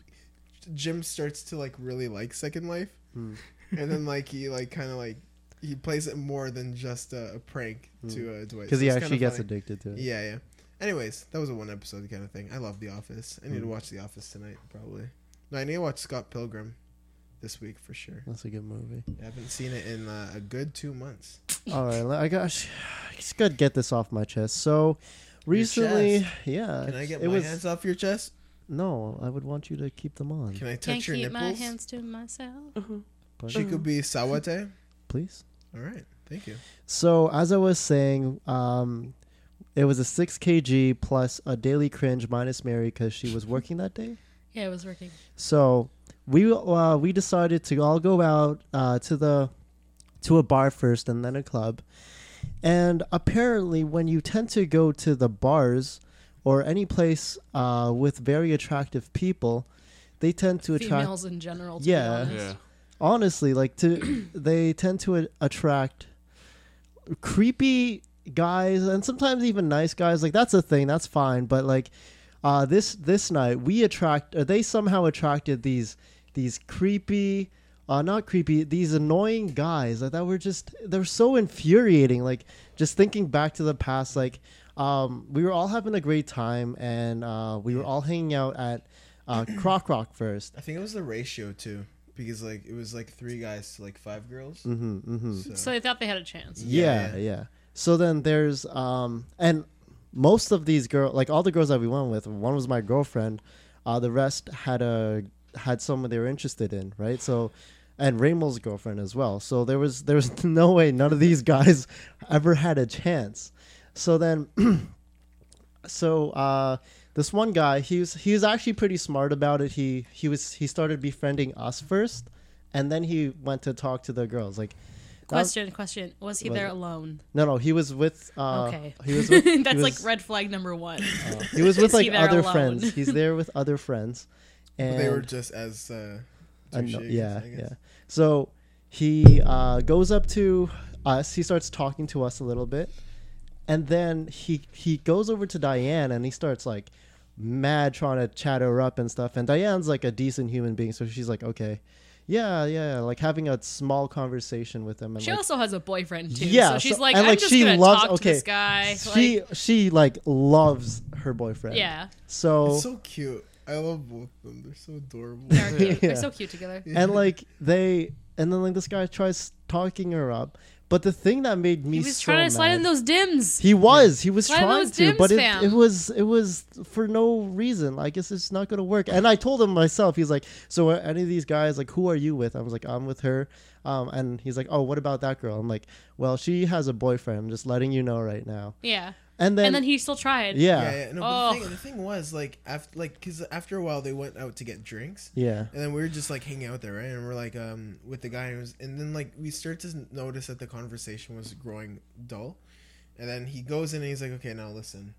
Jim starts to like really like Second Life,
Hmm.
and then like he like kind of like he plays it more than just a, a prank to uh, Dwight.
because
So
Hmm. he
it's
actually
kinda
gets
funny.
addicted to it.
Yeah, yeah. Anyways, that was a one episode kind of thing. I love The Office. I need
Hmm.
to watch The Office tonight probably. No, I need to watch Scott Pilgrim this week for sure.
That's a good movie.
I haven't seen it in uh, a good two months.
All right, let- I gosh, I just gotta get this off my chest. So, recently, yeah,
Can I get
it
my
was
hands off your chest?
no. I would want you to keep them on,
Can I
Can't
touch your
keep my
nipples?
hands Mm. to myself.
but-
She could be sawate.
please.
All right, thank you.
So, as I was saying, um, it was a six kg plus a daily cringe minus Mary because she was working that day.
Yeah, it was working.
So we uh, we decided to all go out uh, to the to a bar first and then a club. And apparently, when you tend to go to the bars or any place uh, with very attractive people, they tend to attract
Females in general. To
Yeah.
yeah.
Yeah.
honestly like to they tend to a- attract creepy guys and sometimes even nice guys like that's a thing that's fine but like uh this this night we attract or they somehow attracted these these creepy uh not creepy these annoying guys like that were just they're so infuriating like just thinking back to the past like um we were all having a great time and uh we were all hanging out at uh croc rock first
I think it was the ratio too, because like it was like three guys to like five girls.
mm-hmm, mm-hmm.
So they thought they had a chance.
yeah,
Yeah.
yeah, So then there's um and most of these girls, like all the girls that we went with, one was my girlfriend. Uh, the rest had a had someone they were interested in, right? So, and Raymond's girlfriend as well. So there was there was no way none of these guys ever had a chance. So then so uh, this one guy, he was he was actually pretty smart about it. He he was he started befriending us first, and then he went to talk to the girls. Like, that was-
Question, question. Was he
Was
there
it-
alone?
no, no, he was with. Uh,
okay.
he was. With, he
That's
was- Uh,
like red flag number one.
He was with
Is he
like
there
other
alone?
friends. He's there with other friends,
But
and
they were just as uh,
I know-
douchey,
yeah,
I guess.
yeah. So he uh, goes up to us. He starts talking to us a little bit, and then he he goes over to Diane and he starts like mad trying to chat her up and stuff. And Diane's like a decent human being, so she's like, okay, yeah, yeah, like having a small conversation with him. And
She
like,
also has a boyfriend too.
Yeah,
so she's
so-
like,
and,
I'm
like,
just
she
gonna
loves-
talk to
okay,
this guy.
she she like loves her boyfriend.
like, yeah,
So
It's
Oh.
so cute. I love both of them. They're so adorable.
they're cute.
Yeah.
They're so cute together.
and like they and then like this guy tries talking her up but the thing that made me
He was
so
trying to slide
mad-
in those dims.
he was he was
Slide in
trying
those
to
dims,
but it,
fam.
it was it was for no reason like it's just not gonna work and i told him myself he's like so are any of these guys like who are you with i was like i'm with her um and he's like oh what about that girl i'm like well she has a boyfriend i'm just letting you know right now
yeah,
and then,
and then he still tried.
yeah
Yeah, yeah. No, but the,
Oh.
thing, the thing was like after like because after a while they went out to get drinks.
yeah
And then we were just like hanging out there, right? And we're like, um, with the guy, who was, and then like we start to notice that the conversation was growing dull. And then he goes in and he's like, okay, now listen,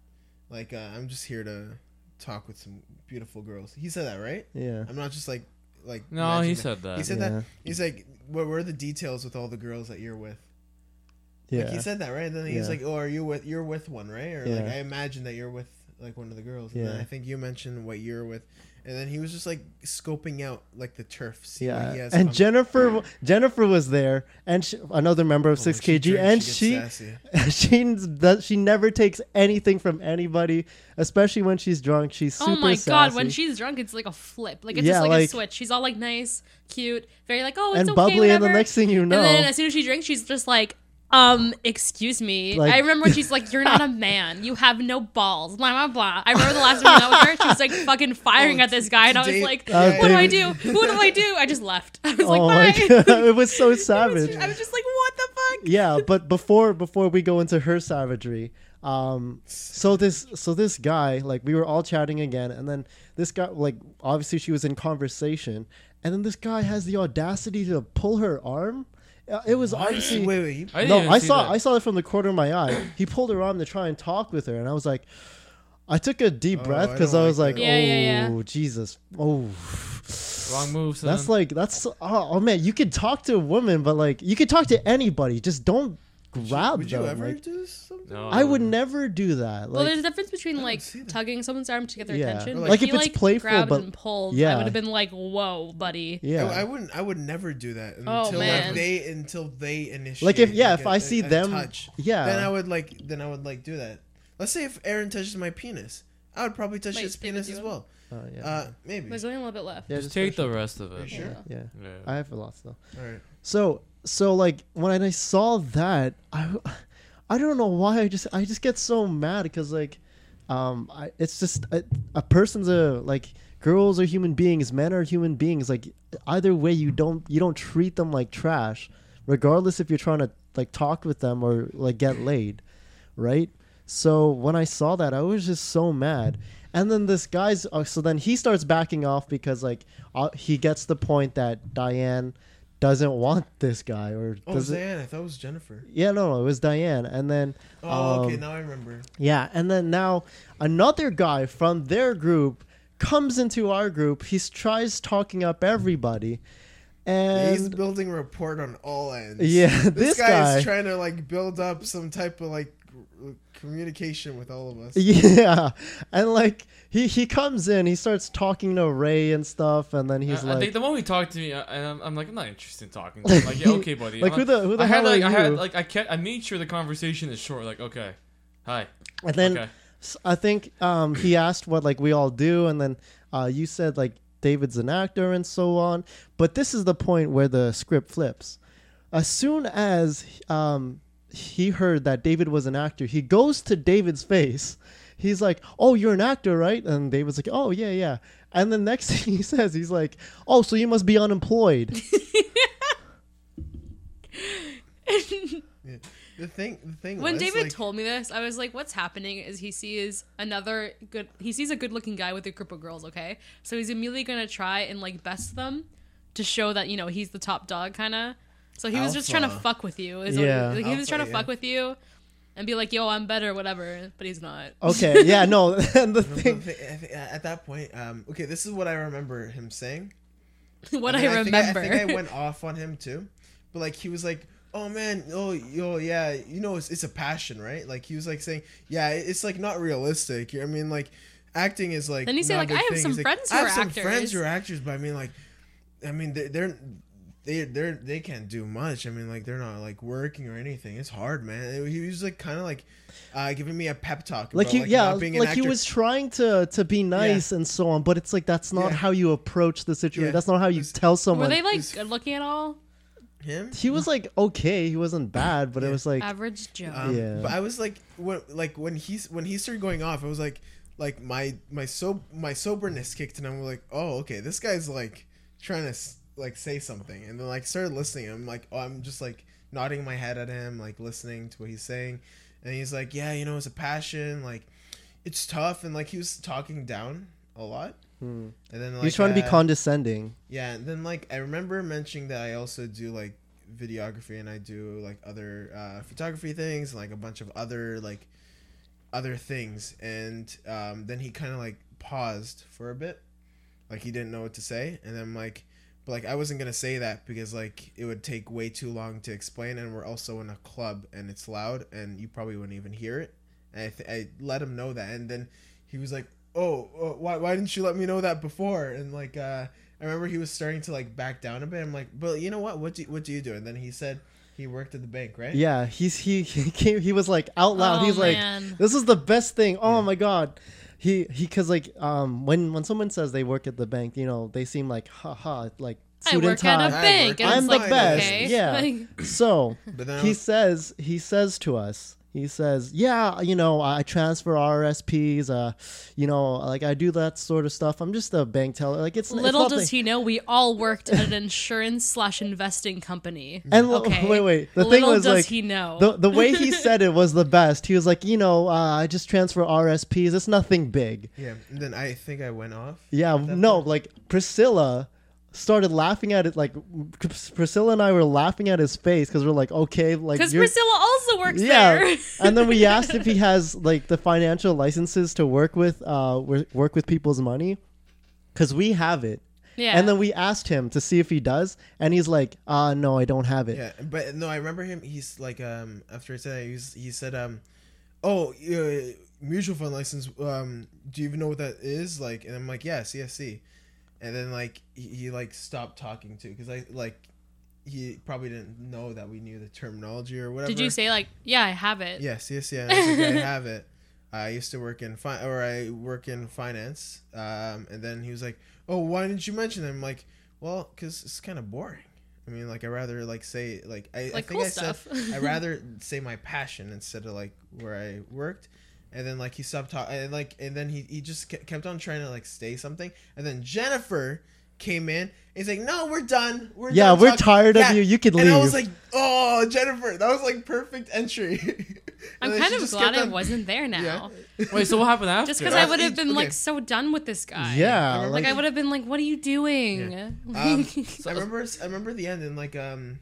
like uh, I'm just here to talk with some beautiful girls. He said that, right?
yeah
I'm not just like, like.
No, he
imagining-
said that.
He said
Yeah.
that. He's like, what were the details with all the girls that you're with?
yeah
Like he said that, right? And then he's
Yeah.
like, oh, are you with? You're with one, right? Or like
Yeah.
I imagine that you're with like one of the girls. And then
Yeah.
I think you mentioned what you're with. And then he was just like scoping out like the turf. See what he
Yeah,
has
and
on-
Jennifer Jennifer was there, and she, another member of
Oh,
Six
when she
KG,
drinks,
and
gets
she
sassy.
she does, she never takes anything from anybody, especially when she's drunk. She's super
Oh my
sassy.
god, when she's drunk, it's like a flip. Like it's
Yeah,
just like,
like-
a switch. She's all like nice, cute, very like oh, it's
and
okay,
bubbly, and the
whatever.
next thing you know,
And then as soon as she drinks, she's just like, um, excuse me.
Like-
I remember when she's like, you're not a man. You have no balls. Blah, blah, blah. I remember the last time I was out with her, she was like fucking firing at this guy. And I was
Dave-
like,
Uh,
what do I do?
David-
What do I do? I just left. I was
oh
like, bye.
my god, it was so
I was
savage.
just- I was just like, what the fuck?
yeah but before before we go into her savagery um so this so this guy like we were all chatting again and then this guy like obviously she was in conversation and then this guy has the audacity to pull her arm Uh, it was obviously
Wait, wait. you-
I didn't
no
even
i
see
saw
that.
i saw it from the corner of my eye he pulled her arm to try and talk with her and i was like i took a deep
Oh,
breath
I
because
don't
i was
like
like
that. Yeah, yeah,
oh jesus oh
Wrong move, son.
that's like that's oh, oh, man, you could talk to a woman, but like you could talk to anybody. Just don't grab
Would
them.
you ever
like,
do something?
No,
I would never do that.
Well,
Like,
there's a difference between like
see that.
tugging someone's arm to get their
Yeah.
attention.
Or,
but
like,
he,
if it's playful,
grabbed
but-
and pulled, I
yeah.
would have been like, "Whoa, buddy!"
yeah,
I, I wouldn't. I would never do that until
Oh, man.
like, they until they initiate.
like if yeah,
like,
if
a-
I see
a- a
them,
touch,
yeah,
then I would like. Then I would like do that. Let's say if Aaron touches my penis, I would probably touch
Wait,
his
David,
penis
do
as
it?
well.
Oh, yeah,
Uh, maybe.
There's only a little bit left.
yeah,
Just
just
take
for
the rest of it.
sure?
Yeah.
sure. Yeah,
Yeah.
I have lots though.
All right.
So so like when I saw that, I I don't know why I just I just get so mad because like um I, it's just a, a person's a like girls are human beings, men are human beings. Like either way, you don't you don't treat them like trash, regardless if you're trying to like talk with them or like get laid, right? So when I saw that, I was just so mad. And then this guy's uh, so then he starts backing off because like uh, he gets the point that Diane doesn't want this guy or
Oh,
doesn't.
Diane. I thought it was Jennifer.
Yeah, no, no, it was Diane. And then
Oh, okay.
um,
Now I remember.
yeah, and then now another guy from their group comes into our group. He tries talking up everybody,
He's
and
building rapport on all ends.
yeah, this,
This, guy,
guy.
is trying to like build up some type of like r- communication with all of us.
yeah, and like he he comes in, he starts talking to Ray and stuff, and then
I-
he's
I,
like,
think the moment he talked to me, I, and I'm, I'm like, I'm not interested in talking. To him. Like, yeah, okay, buddy.
Like,
I'm
who the- who the
I had
hell are
like I had
you?
like I kept I made sure the conversation is short. Like, okay, hi.
and then
okay.
s- I think um he asked what like we all do, and then uh you said like David's an actor and so on. But this is the point where the script flips. As soon as um he heard that David was an actor, he goes to David's face. He's like, "Oh, you're an actor, right?" And David's like, "Oh, yeah, yeah." And the next thing he says, he's like, "Oh, so you must be unemployed."
Yeah. The thing, the thing
When
was,
David
like,
told me this, I was like, "What's happening?" Is he sees another good? He sees a good-looking guy with a group of girls. Okay, so he's immediately gonna try and like best them to show that you know he's the top dog, kind of. So he was just trying to
Alpha.
fuck with you. Is what he-
Yeah.
like, he was
Alpha,
trying to
yeah.
fuck with you and be like, "Yo, I'm better, whatever," but he's not.
okay, yeah, no. And
No,
the
but
thing,
the thi- I think at that point, um, okay, this is what I remember him saying.
Oh,
what
And
I,
then think
remember.
I think I, went off on him too, but like he was like, "Oh man, oh yo, yeah, you know, it's, it's a passion, right?" Like he was like saying, "Yeah, it- it's like not realistic." I mean, like acting is like.
Then he said,
not a
like,
big
"I have
thing."
some
He's like,
friends who
I have
are
some friends
actors."
who are actors, but I mean, like, I mean, they're. they're they they're, they can't do much. I mean, like they're not like working or anything. It's hard, man. He was like kind of like uh, giving me a pep talk,
like
about,
he, yeah,
not being an
like he
actor.
was trying to to be nice and so on, but it's like that's not
Yeah.
how you approach the situation.
Yeah.
That's not how you
It's-
tell
Were
someone.
they like
is-
good looking at all?
him.
he was like okay, he wasn't bad, but it was like uh,
Average Joe.
Um,
Yeah.
But I was like, when, like when he's when he started going off, I was like, like my my so my soberness kicked, and I'm like, oh okay, this guy's like trying to s- like say something, and then like started listening. I'm like, oh, I'm just like nodding my head at him, like listening to what he's saying, and he's like, yeah, you know, it's a passion, like it's tough, and like he was talking down a lot, and then like,
Hmm. he was trying to be
uh,
condescending.
yeah, and then like I remember mentioning that I also do like videography and I do like other uh, photography things, like a bunch of other like other things. And um, then he kind of like paused for a bit, like he didn't know what to say. And then like, but like I wasn't gonna say that because like it would take way too long to explain. And we're also in a club and it's loud and you probably wouldn't even hear it. And I, th- I let him know that. And then he was like, "Oh, uh, why why didn't you let me know that before?" And like. uh I remember he was starting to like back down a bit. I'm like, but you know what? What do what do you do? And then he said he worked at the bank, right?
Yeah, he's he he, came, he was like out loud.
Oh,
he's like,
man.
"This is the best thing." Oh my god, he he because like um when when someone says they work at the bank, you know they seem like haha like
I
suit and
work at a
tie.
I
bank.
work
And
at
it's
I'm
a
the
bank.
like,
best.
Okay.
Yeah.
Like,
So
But then
he says he says to us he says yeah you know i transfer rsps uh you know like i do that sort of stuff i'm just a bank teller like it's
little
it's
does he know we all worked at an insurance slash investing company.
and l-
okay.
wait wait the
little
thing was
does
like
he know.
the, the way he said it was the best he was like you know uh, i just transfer rsps it's nothing big
yeah, and then I think I went off.
yeah no like priscilla started laughing at it like Pris- priscilla and i were laughing at his face because we're like okay like
because
you're-
Priscilla also works there.
and then we asked if he has like the financial licenses to work with uh wor- work with people's money cuz we have it.
yeah.
And then we asked him to see if he does and he's like, "Uh no, I don't have it."
Yeah, but no, I remember him. He's like, um, after I said that, he, was, he said, um, oh, uh, mutual fund license. Um, do you even know what that is? Like, and I'm like, yeah, CFC. And then like he, he like stopped talking too because I like he probably didn't know that we knew the terminology or whatever.
Did you say like, yeah, I have it?
Yeah, CFC. And I was like, I have it. I used to work in fi- or I work in finance. Um, and then he was like, oh, why didn't you mention it? I'm like, well, because it's kind of boring. I mean, like I rather like say like I, I
Like,
think
cool
I
stuff.
said I rather say my passion instead of like where I worked, and then like he stopped talking and like and then he he just ke- kept on trying to like say something, and then Jennifer came in. And he's like, no, we're done. We're
Yeah,
done
we're
talking."
tired of you. You can
And I was
leave.
like, oh, Jennifer, that was like perfect entry. And
I'm
then
kind
she
of
just
glad
kept
I
on-
wasn't there now.
Wait, so what happened after?
Just because I
Yeah.
would have been like
Okay.
so done with this guy.
Yeah,
Like, I would have been like, what are you doing?
Um, I remember. I remember the end and like um,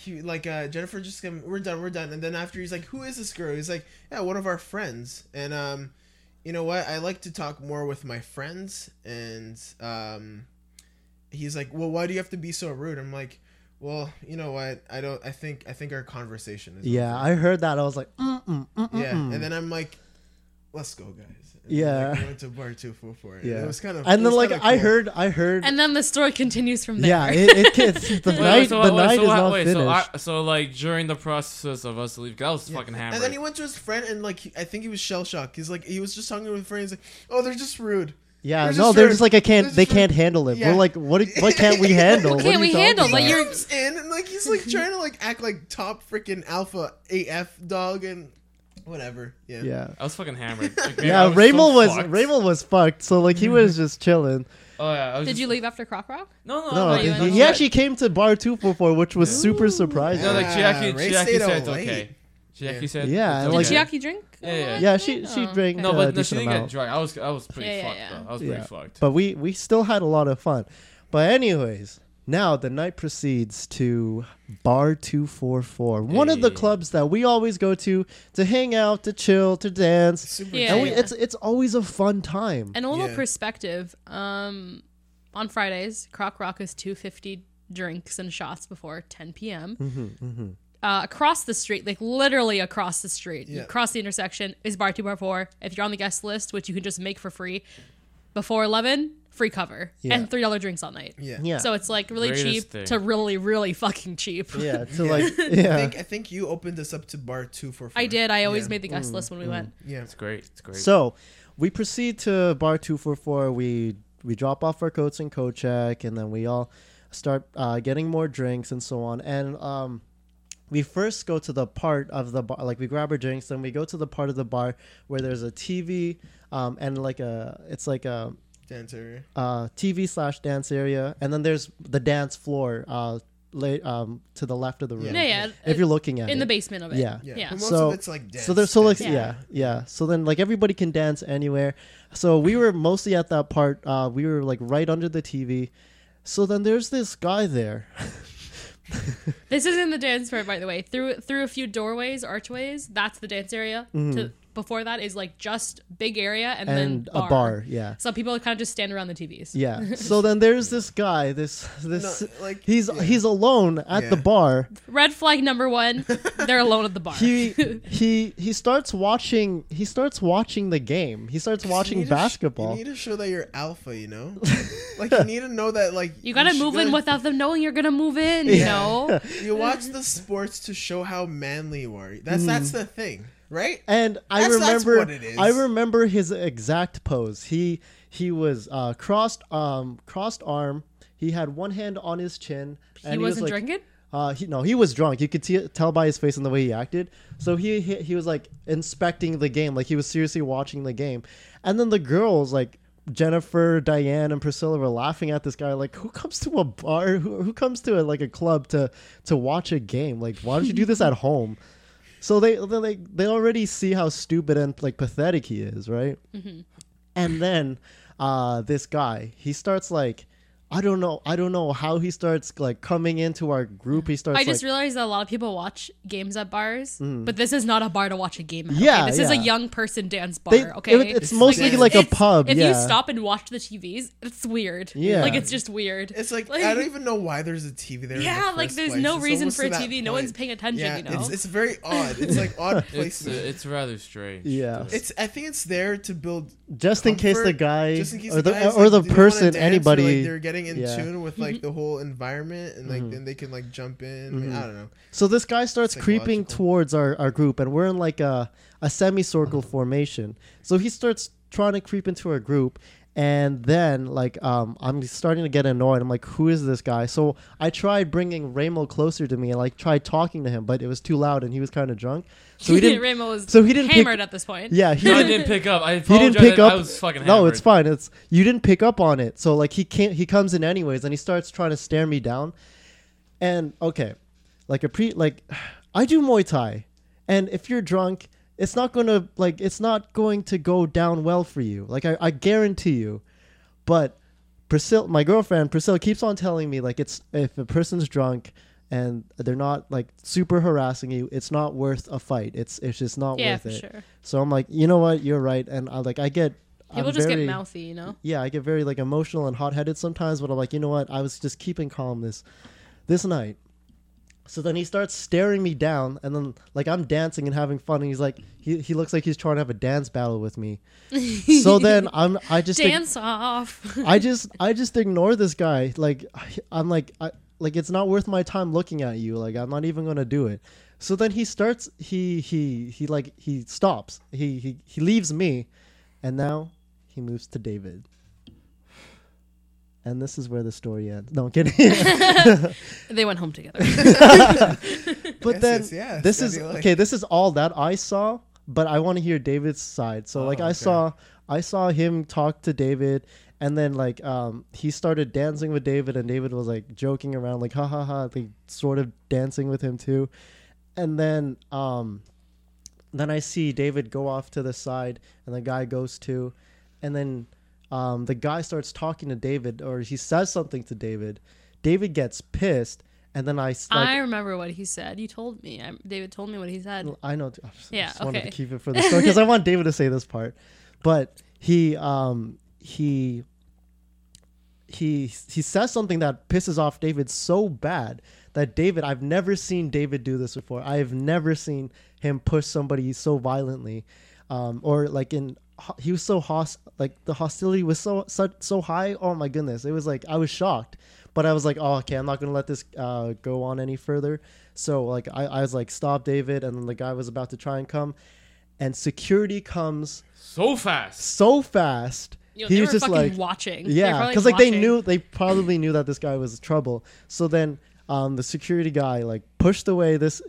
he like uh Jennifer just came. We're done. We're done. And then after he's like, "Who is this girl?" He's like, "Yeah, one of our friends." And um, you know what? I like to talk more with my friends. And um, he's like, "Well, why do you have to be so rude?" I'm like, "Well, you know what? I don't. I think. I think our conversation is
yeah, I heard that. I was like, mm, mm, mm, mm,
yeah."
mm.
And then I'm like, "Let's go, guys." And
Yeah.
like, we went to bar two four four. Yeah,
Yeah.
and it was kind of.
And
it
then
was
like
kinda
I
cool.
heard I heard
and then the story continues from there.
Yeah, it, it, it's the
Wait,
night
so
the
what-
night
so
is
what-
not
wait,
finished.
So, I- so like during the process of us leaving, I was fucking hammered.
And then he went to his friend, and like he- I think he was shell shocked. He's like he was just talking with a friend. He's like, oh, they're just rude.
yeah,
They're
no,
just
they're
rude.
just like I can't
They're
they
just rude.
can't handle it.
Yeah.
We're like what what can't we handle?
What can't
are
we
you talking
handle? Like,
about?
you're-
Comes in and like he's like trying to like act like top freaking alpha AF dog and whatever. Yeah.
Yeah.
I was fucking hammered. Like, man, I
Yeah,
was
Raymond
so
was
fucked. Hmm.
Raymond was fucked. So like he was just chilling.
Oh yeah. I was
Did
just-
you leave after Croc Rock?
No, no,
No,
no.
you
he,
went
he
to-
actually came to bar two four four, which was super surprising.
No,
Yeah, oh
like she actually,
Ray
she actually
stayed
said
out
it's
late.
okay. She actually said
Yeah,
it's
and,
okay.
like-
Did Chiaki drink?
Yeah, yeah.
Oh,
she she
Oh.
drank
No,
uh,
but no, she
decent
didn't get
amount.
drunk. I was I was pretty
Yeah, yeah,
fucked
yeah.
though. I was
yeah,
pretty fucked.
but we we still had a lot of fun. But anyways, now the night proceeds to bar two four four, one of the
Hey.
clubs that we always go to to hang out, to chill, to dance,
Super.
Yeah.
and we, it's it's always a fun time.
And a little
Yeah.
perspective. Um, on Fridays, Croc Rock is two fifty drinks and shots before ten p.m.
Mm-hmm,
Uh, across the street, like literally across the street,
Yeah.
across the intersection, is bar two bar four. If you're on the guest list, which you can just make for free, before eleven, free cover
Yeah.
and three dollar drinks all night.
Yeah.
yeah,
So it's like really
Greatest
cheap
thing.
to really, really fucking cheap.
yeah, to like
I
yeah.
think I think you opened us up to bar two for.
I did. I
Yeah.
always
Mm-hmm.
made the guest list when we went.
Yeah.
It's great. It's great.
So we proceed to bar two four four. We we drop off our coats and coat check, and then we all start uh, getting more drinks and so on. And um, we first go to the part of the bar, like we grab our drinks, then we go to the part of the bar where there's a TV um, and like a it's like a
Dancer.
uh, TV slash dance area, and then there's the dance floor uh, late um, to the left of the room.
Yeah, yeah.
If you're looking at
in
it.
the basement of it.
Yeah.
Yeah.
Yeah.
But most
So-
of it's like dance.
so there's so like
dance.
yeah.
Yeah.
yeah so then like everybody can dance anywhere so we were mostly at that part uh we were like right under the tv so then there's this guy there
This is in the dance floor, by the way. Through through a few doorways, archways. That's the dance area. To, before that is like just big area and,
Mm-hmm. and
then bar.
a bar yeah
So people kind of just stand around the TVs.
yeah so then there's this guy this this
No, like,
he's
yeah.
he's alone at the
Yeah.
bar
Red flag number one. They're alone at the bar.
he he he starts watching he starts watching the game he starts
You
watching
need to sh-
basketball
you need to show that you're alpha. You know. like you need to know that like
you gotta
sh-
move
gotta-
in without them knowing you're gonna move in. You know.
You watch the sports to show how manly you are.
Mm-hmm.
That's that's the thing, right?
And I
That's- that's
remember,
what it is.
I remember his exact pose. He he was uh, crossed um crossed arm. He had one hand on his chin.
he
was,
wasn't
like-
drinking.
Uh, he, no, he was drunk. You could t- tell by his face and the way he acted. So he, he he was like inspecting the game, like he was seriously watching the game. And then the girls, like Jennifer, Diane, and Priscilla, were laughing at this guy, like, "Who comes to a bar? Who, who comes to a, like a club to to watch a game? Like, why don't you do this at home?" So they they like they already see how stupid and like pathetic he is, right?
Mm-hmm.
and then uh this guy he starts like i don't know i don't know how he starts like coming into our group he starts
I just
like Mm-hmm.
realized that a lot of people watch games at bars, but this is not a bar to watch a game at.
Yeah,
okay? this is a
yeah.
young person dance bar.
They-
okay,
it- it's mostly like a
it's-
pub,
If you
yeah.
stop and watch the TVs, it's weird.
Yeah.
like it's just weird.
It's like, I don't even know why there's a TV there. in the
Yeah, like
first
there's
place.
no
It's
reason
almost
for
to
a
that
TV. No one's
point.
paying attention.
Yeah,
you know,
it's, it's very odd. It's like odd
It's, uh,
placement.
it's rather strange.
Yeah.
It's,
It's. I think it's there to build.
just in case the
comfort,
guy
just in case
or the,
guys,
or
like,
the
they wanna
person
dance or, like,
anybody
they're getting in
yeah. Mm-hmm.
tune with
Mm-hmm.
like the whole environment, and like then they can like jump in. I, mean, I don't know.
so this guy starts creeping
Psychological.
towards our, our group and we're in like a, a semicircle formation so he starts trying to creep into our group and then like um, i'm starting to get annoyed i'm like who is this guy so i tried bringing Ramo closer to me and like tried talking to him but it was too loud and he was kind of drunk so he didn't
Rainbow was
so he didn't pick-
hammered at this point.
yeah he
no, I
didn't-
didn't pick up. I
he didn't pick up.
I was fucking
no,
hammered.
it's fine. It's you didn't pick up on it. So like he can't. He comes in anyways, and he starts trying to stare me down. And okay, like a pre like, I do Muay Thai, and if you're drunk, it's not gonna like it's not going to go down well for you. Like I, I guarantee you. But Priscilla, my girlfriend Priscilla, keeps on telling me like it's if a person's drunk. And they're not like super harassing you. It's not worth a fight. It's it's just not
Yeah,
worth
for
it.
sure.
So I'm like, you know what, you're right, and I like I get
People
I'm
just
very,
get mouthy, you know.
Yeah, I get very like emotional and hot headed sometimes, but I'm like, you know what, I was just keeping calm this this night. So then he starts staring me down, and then like I'm dancing and having fun, and he's like, he, he looks like he's trying to have a dance battle with me. so then I'm I just ig-
Dance off.
I just I just ignore this guy. Like I- I'm like I like it's not worth my time looking at you. Like I'm not even gonna do it. So then he starts he he he like he stops. He he he leaves me and now he moves to David. And this is where the story ends. No, I'm kidding.
they went home together.
but
Yes,
then
yes, yes.
this
That'd
is
be like-
okay. This is all that I saw, but I want to hear David's side. So like I saw, I saw him talk to David, and then like um he started dancing with David, and David was like joking around, like ha ha ha, like sort of dancing with him too, and then um then I see David go off to the side, and the guy goes to, and then um, the guy starts talking to David, or he says something to David. David gets pissed, and then I s- like,
I remember what he said. You told me. I, David told me what he said.
I know. I just, I
Yeah,
just wanted
okay.
to keep it for the story because I want David to say this part, but he um he he he says something that pisses off David so bad that David I've never seen David do this before. I've never seen him push somebody so violently, um, or like in he was so host like the hostility was so so, so high. Oh my goodness, it was like I was shocked. But I was like, oh, okay, I'm not gonna let this uh, go on any further. So like, I, I was like, stop, David, and then the guy was about to try and come, and security comes
so fast.
so fast.
You know,
he
they
was
were
just
fucking
like,
watching. They were
yeah,
probably
because like they
watching.
knew they probably knew that this guy was trouble. So then um, the security guy like pushed away this,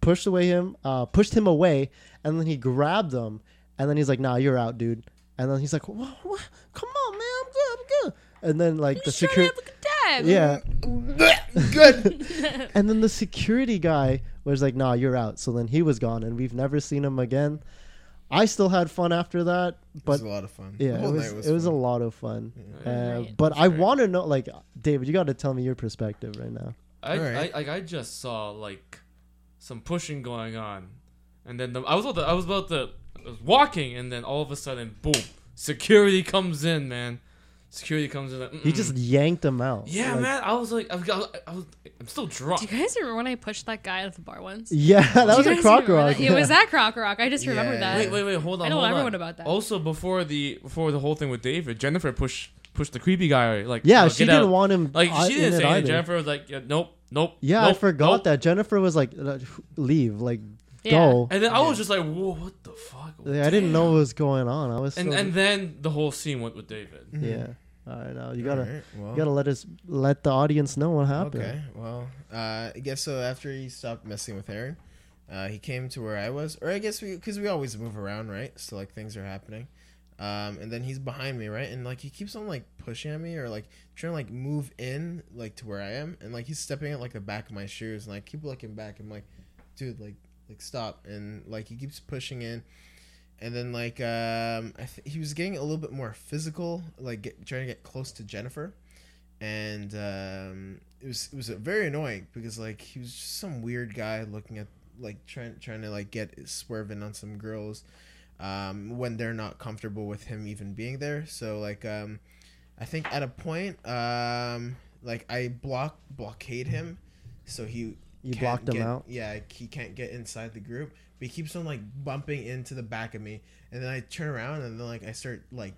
pushed away him, uh, pushed him away, and then he grabbed him, and then he's like, "Nah, you're out, dude." And then he's like, "Wha- wha- "Come on, man, I'm good, I'm good." And then like the
Just trying to
security,
have a good time.
yeah,
Good.
and then the security guy was like, "Nah, you're out." So then he was gone, and we've never seen him again. I still had fun after that,
it was
but
a lot of fun.
yeah,
the
it
whole
was,
night was
it was a
fun.
lot of fun. Uh,
Right.
but I
Sure.
want to know, like, David, you got to tell me your perspective right now.
I,
Alright.
I like I just saw like some pushing going on, and then the, I was about to, I was about to I was walking, and then all of a sudden, boom! Security comes in, man. Security comes in. Like,
He
Mm.
mm-mm.
just yanked him out.
yeah,
Like,
man. I was like, I've got, I was, I'm still drunk.
Do you guys remember when I pushed that guy out of the bar once?
Yeah, that was
Do
a
you guys
crock
remember
rock.
that?
yeah.
It was that crock rock. I just remember
Yeah.
that.
Wait, wait, wait. Hold
Uh,
on.
I know
hold on.
everyone about that.
Also, before the before the whole thing with David, Jennifer pushed pushed the creepy guy. Like,
Yeah,
"No,
she
get
didn't
out."
want him.
Like,
uh,
she
in
didn't
it
say
either.
anything. Jennifer was like, yeah, nope, nope.
Yeah, I
nope,
forgot
nope.
that Jennifer was like, uh, "Leave, like,
Yeah.
go."
And then I was just like, whoa, what the fuck?
Yeah, I didn't know what was going on. I was so,
And and then the whole scene went with David.
yeah. All right, now you gotta
Alright, well,
you gotta let us let the audience know what happened.
Okay, well, uh, I guess so. After he stopped messing with Aaron, uh, he came to where I was, or I guess we, because we always move around, right? So like things are happening, um, and then he's behind me, right? And like he keeps on like pushing at me, or like trying to like move in, like to where I am, and like he's stepping at like the back of my shoes, and I keep looking back. I'm like, dude, like, like stop, and like he keeps pushing in. And then, like, um, I th- he was getting a little bit more physical, like get, trying to get close to Jennifer and um, it was it was uh, very annoying because like he was just some weird guy looking at like trying trying to like get swerving on some girls um, when they're not comfortable with him even being there. So like um, I think at a point um, like I block blockade him, so he
You
can't
blocked him
get-
out?
Yeah, he can't get inside the group, but he keeps on like bumping into the back of me, and then I turn around and then like I start like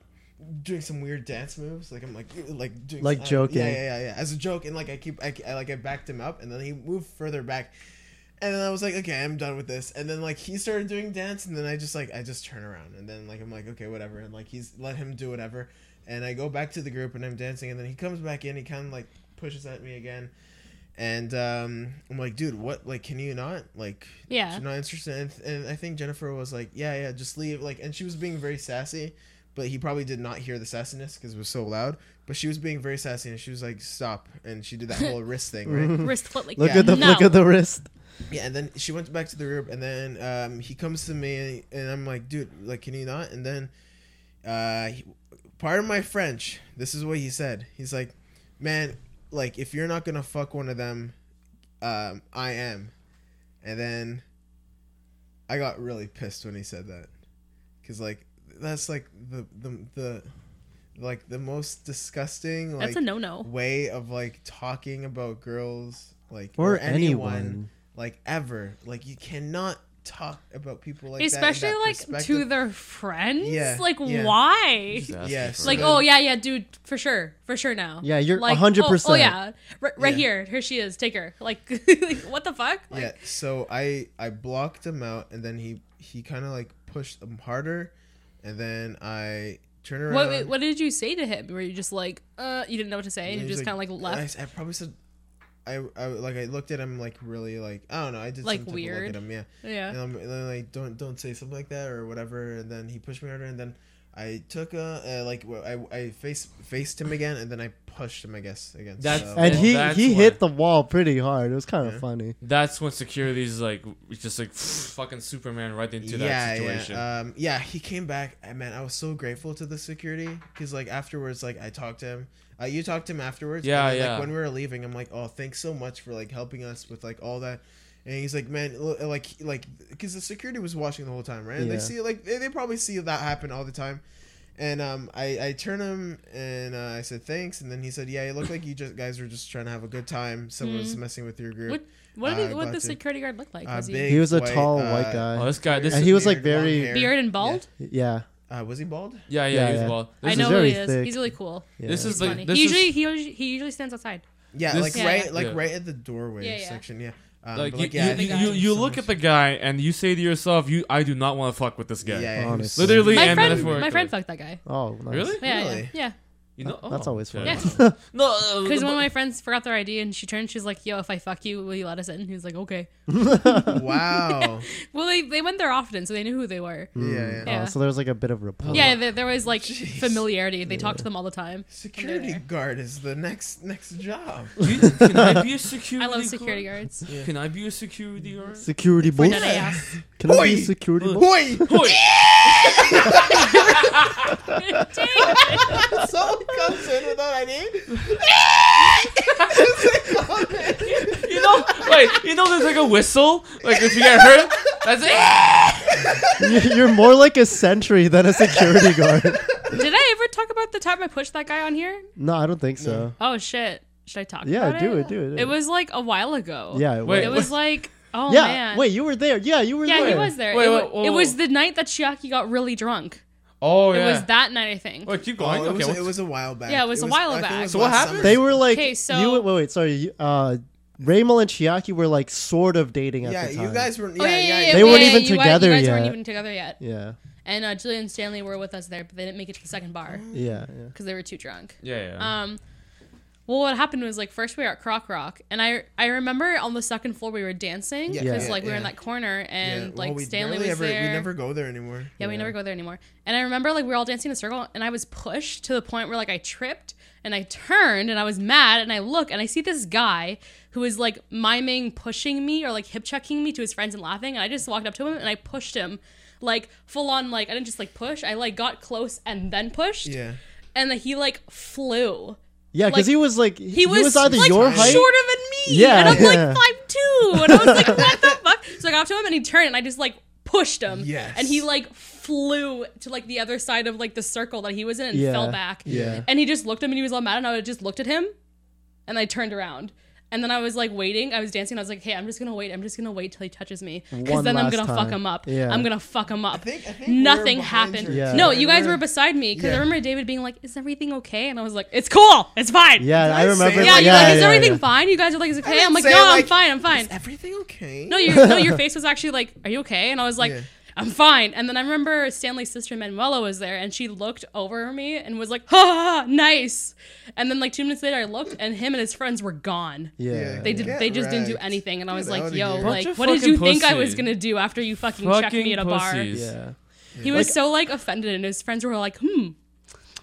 doing some weird dance moves like i'm like like doing
Like
uh,
joking.
yeah, yeah yeah, yeah, as a joke, and like I keep, I, I like I backed him up, and then he moved further back, and then I was like, okay, I'm done with this, and then like he started doing dance, and then I just like I just turn around, and then like I'm like okay, whatever, and like he's let him do whatever, and I go back to the group, and I'm dancing, and then he comes back in, he kind of like pushes at me again, and um, I'm like, dude, what? Like, can you not? Like,
Yeah.
she's not interested. And, and I think Jennifer was like, yeah, yeah, just leave. Like, and she was being very sassy, but he probably did not hear the sassiness because it was so loud. But she was being very sassy, and she was like, stop. And she did that whole wrist thing, right?
Wrist flip like
Look
Yeah.
at the
no.
look at the wrist.
Yeah, and then she went back to the group, and then um, he comes to me, and I'm like, dude, like, can you not? And then, uh, he, part of my French, this is what he said. He's like, man, like, if you're not gonna fuck one of them, um, I am. And then, I got really pissed when he said that, cause like, that's like the the the, like the most disgusting like
That's a no no.
way of like talking about girls like
Or anyone.
anyone like ever like you cannot talk about people like
Especially
that, in that
like to
perspective.
their friends.
Yeah,
Like
yeah.
why?
Just asking
Yes.
for
Like
it.
Right.
oh yeah yeah dude for sure for sure now.
Yeah, you're
like,
100%.
Oh, oh yeah, right, right
Yeah.
here here she is. Take her. Like, like, what the fuck? Like,
yeah so i i blocked him out and then he he kind of like pushed him harder and then i turned around
What, what did you say to him? Were you just like, uh, you didn't know what to say, and
and
you
he's
just kind of like
I,
left?
s- I probably said I, I like i looked at him like really like i don't know i did
Like,
some type of
weird?
look at him yeah
yeah.
and I'm and I'm like, don't don't say something like that or whatever. And then he pushed me harder, and then I took a uh, like wh- I I face faced him again, and then I pushed him, I guess, again.
That's-
So-
And
Well,
he
that's
he
what-
hit the wall pretty hard. It was kind of
Yeah.
funny.
That's when security's like just like fucking Superman right into that situation.
uh,
Yeah, um, yeah, he came back. And man, I was so grateful to the security because like afterwards, like I talked to him. Uh, you talked to him afterwards.
Yeah,
and then,
yeah.
Like when we were leaving, I'm like, oh, thanks so much for like helping us with like all that. And he's like, man, l- like, like, because the security was watching the whole time, right? And
Yeah.
They see like they, they probably see that happen all the time. And um, I I turned him and uh, I said thanks, and then he said, yeah, it looked like you just guys were just trying to have a good time. Someone was messing with your group.
What- What did
uh,
he, what
got
did the
to-
security guard look like?
Uh,
Was he
big,
He was a
white,
tall
uh,
white guy.
oh, this guy, this
And he was, like,
long
very-
hair.
beard and bald?
yeah.
Uh, was he bald?
yeah, yeah,
Yeah,
he's
yeah.
well. This
I
is-
know
is
who he
very
is.
thick.
He's really cool.
yeah.
This is
He's
like
funny.
this
he usually
is
he usually, he usually stands outside.
Yeah,
This-
like
Yeah,
right,
yeah.
like
Yeah.
right at the doorway
Yeah, yeah.
section. Yeah, um,
like,
but,
you,
yeah, I
you,
think
you,
it's
you,
just
you
so
look
much-
at the guy and you say to yourself, "You, I do not want to fuck with this guy."
yeah, yeah,
Honestly.
Literally
My
and
friend,
metaphorically.
my friend fucked that guy.
Oh, nice.
Really?
Yeah, yeah,
Really?
yeah.
You know,
That's
oh,
always fun.
okay.
Yeah.
No, uh,
Because one of
but-
my friends forgot their ID and she turned. She's like, "Yo, if I fuck you, will you let us in?" He was like, "Okay."
wow.
Well, they, they went there often, so they knew who they were.
yeah, yeah.
Mm.
Yeah.
Oh, so there was like a bit of rapport.
Yeah, there, there was like
Jeez.
familiarity. They talked to them all the time.
Security
there.
guard is the next next job.
You- can I be a security?
I love security
guard?
guards. Mm.
guards.
Can I be a security guard?
Security boy.
Dead ass.
Can I
Oi!
be a security
Oi!
boy?
Boy,
Hoi!
Dang.
someone comes in without ID.
you know, like you know, there's like a whistle. Like if you get hurt, that's it.
You- You're more like a sentry than a security guard.
Did I ever talk about the time I pushed that guy on here?
No, I don't think so.
Oh shit! Should I talk?
Yeah,
about
do it, do it, do
It
it.
was like a while ago.
Yeah. It
Wait,
It
was.
was like, oh
yeah.
man.
Wait, you were there. Yeah, you were
Yeah,
there.
he was there.
Wait,
it, wa-
wait, wait,
it was
wait.
the night that Shiaki got really drunk.
Oh yeah.
It was that night, I think.
Wait, keep
Oh,
going.
it,
okay.
was,
what's-
it was a while back.
Yeah, it was a while
I think it
back.
was
So what
last
happened?
summer.
They were like.
Okay, so-
You, wait, wait, sorry. You, uh, Raymel and Chiaki were like sort of dating at
yeah,
the time.
you guys were. Yeah,
Oh yeah, yeah, yeah.
They
yeah,
weren't
yeah,
even
you guys-
together
You guys weren't
yet.
even together yet.
Yeah.
and uh, Julian and Stanley were with us there, but they didn't make it to the second bar
Yeah, yeah.
because they were too drunk.
Yeah, yeah.
Um, well, what happened was like first we were at Croc Rock, and I I remember on the second floor we were dancing
Yeah.
because
Yeah,
like we were in
yeah.
that corner and
Yeah,
like
well, we
Stanley was
barely ever,
there.
We never go there anymore.
yeah, we never go there anymore. And I remember like we were all dancing in a circle, and I was pushed to the point where like I tripped and I turned and I was mad, and I look and I see this guy who is like miming pushing me or like hip checking me to his friends and laughing, and I just walked up to him and I pushed him like full on like I didn't just like push, I like got close and then pushed,
Yeah.
and then he like flew.
Yeah, because
Like,
he was like he,
He was,
either
like
your height.
shorter than me.
Yeah,
and I'm
yeah.
like five two, and I was like, what the fuck? So I got up to him and he turned and I just like pushed him.
Yes.
And he like flew to like the other side of like the circle that he was in and
Yeah,
fell back.
yeah.
And he just looked at me and he was all mad and I just looked at him, and I turned around. And then I was like waiting. I was dancing. I was like, "Hey, I'm just gonna wait. I'm just gonna wait till he touches me, because
One
then I'm
last
gonna fuck
time.
him up.
Yeah.
I'm gonna fuck him up."
think- I think we were
Nothing
behind
happened.
her,
Yeah.
No,
too.
you guys
We're-
were beside me because I
Yeah.
remember David being like, "Is everything okay?" And I was like, "It's cool. It's fine."
Yeah, I
I
remember.
say
Yeah,
that.
you're like, is
yeah,
everything
yeah.
fine? You guys are like, is it okay?
didn't
I'm like,
say,
no, I'm
like,
fine, I'm fine.
Is everything okay?
No, your no, your face was actually like, are you okay? And I was like,
Yeah.
I'm fine. And then I remember Stanley's sister Manuela was there, and she looked over at me and was like, ha, ah, nice. And then like two minutes later, I looked, and him and his friends were gone.
Yeah,
They did.
Get
They just didn't do
wrecked.
anything, and I was
Get
like,
outta
"Yo,
here.
Bunch
like,
of
what did
fucking
you think I was
pussies.
gonna do after you fucking, checked
Fucking
me at a bar?"
pussies.
yeah.
He was so like offended, and his friends were like, "Hmm,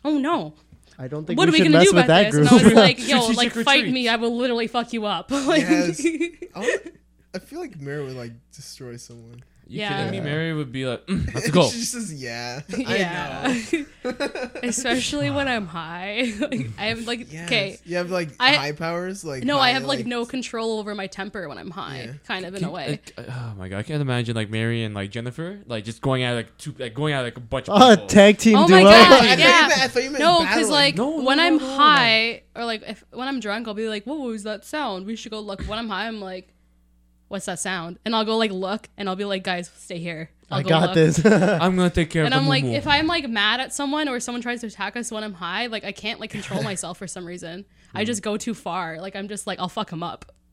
oh no,
I don't think
what are we
we should
gonna
mess
do
with
about
that
this?
group.
And I was like, yo,
Strategic
like fight me,
retreat.
I will literally fuck you up. Like,
Yes. I, would- I feel like Mira would like destroy someone.
You
Yeah.
kidding me?
Yeah.
Mary would be like, "Mm, let's go.
she just says yeah.
yeah. Especially when I'm high. like, I have like
Yes.
okay.
You have like
I-
high powers, like
No,
high,
I have like, no control over my temper when I'm high,
Yeah.
kind of in
Can-
a way.
like, oh my god, I can't imagine like Mary and like Jennifer like just going out like two like going out like a bunch of
Oh,
people.
tag team
Oh my
duo.
God.
I, thought you
Yeah.
meant, I thought you meant
No,
battling.
because like
No, no,
when
no,
I'm
no, no.
high or like if when I'm drunk, I'll be like, "What was that sound?" We should go look. When I'm high, I'm like, "What's that sound?" And I'll go like look, and I'll be like, "Guys, stay here." I'll
I
go
got
look.
this.
I'm gonna take care
and
of
I'm
the
like,
moo-moo.
if I'm like mad at someone or someone tries to attack us when I'm high, like I can't like control myself for some reason. I
Mm.
just go too far. Like I'm just like, I'll fuck them up.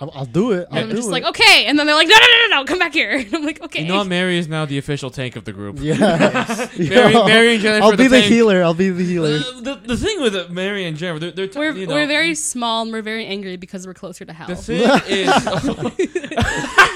I'll, I'll do it.
And
I'll
I'm
do
just
it.
like, oh. okay. And then they're like, no, no, no, no, no, come back here. And I'm like, okay.
you know, what? Mary is now the official tank of the group.
yeah.
Mary-
Yo,
Mary and Jennifer
I'll
the
be the
tank.
healer. I'll be the healer.
The, the, the thing with uh, Mary and Jennifer, they're, they're t-
we're
you know,
we're very small and we're very angry because we're closer to hell.
The thing is,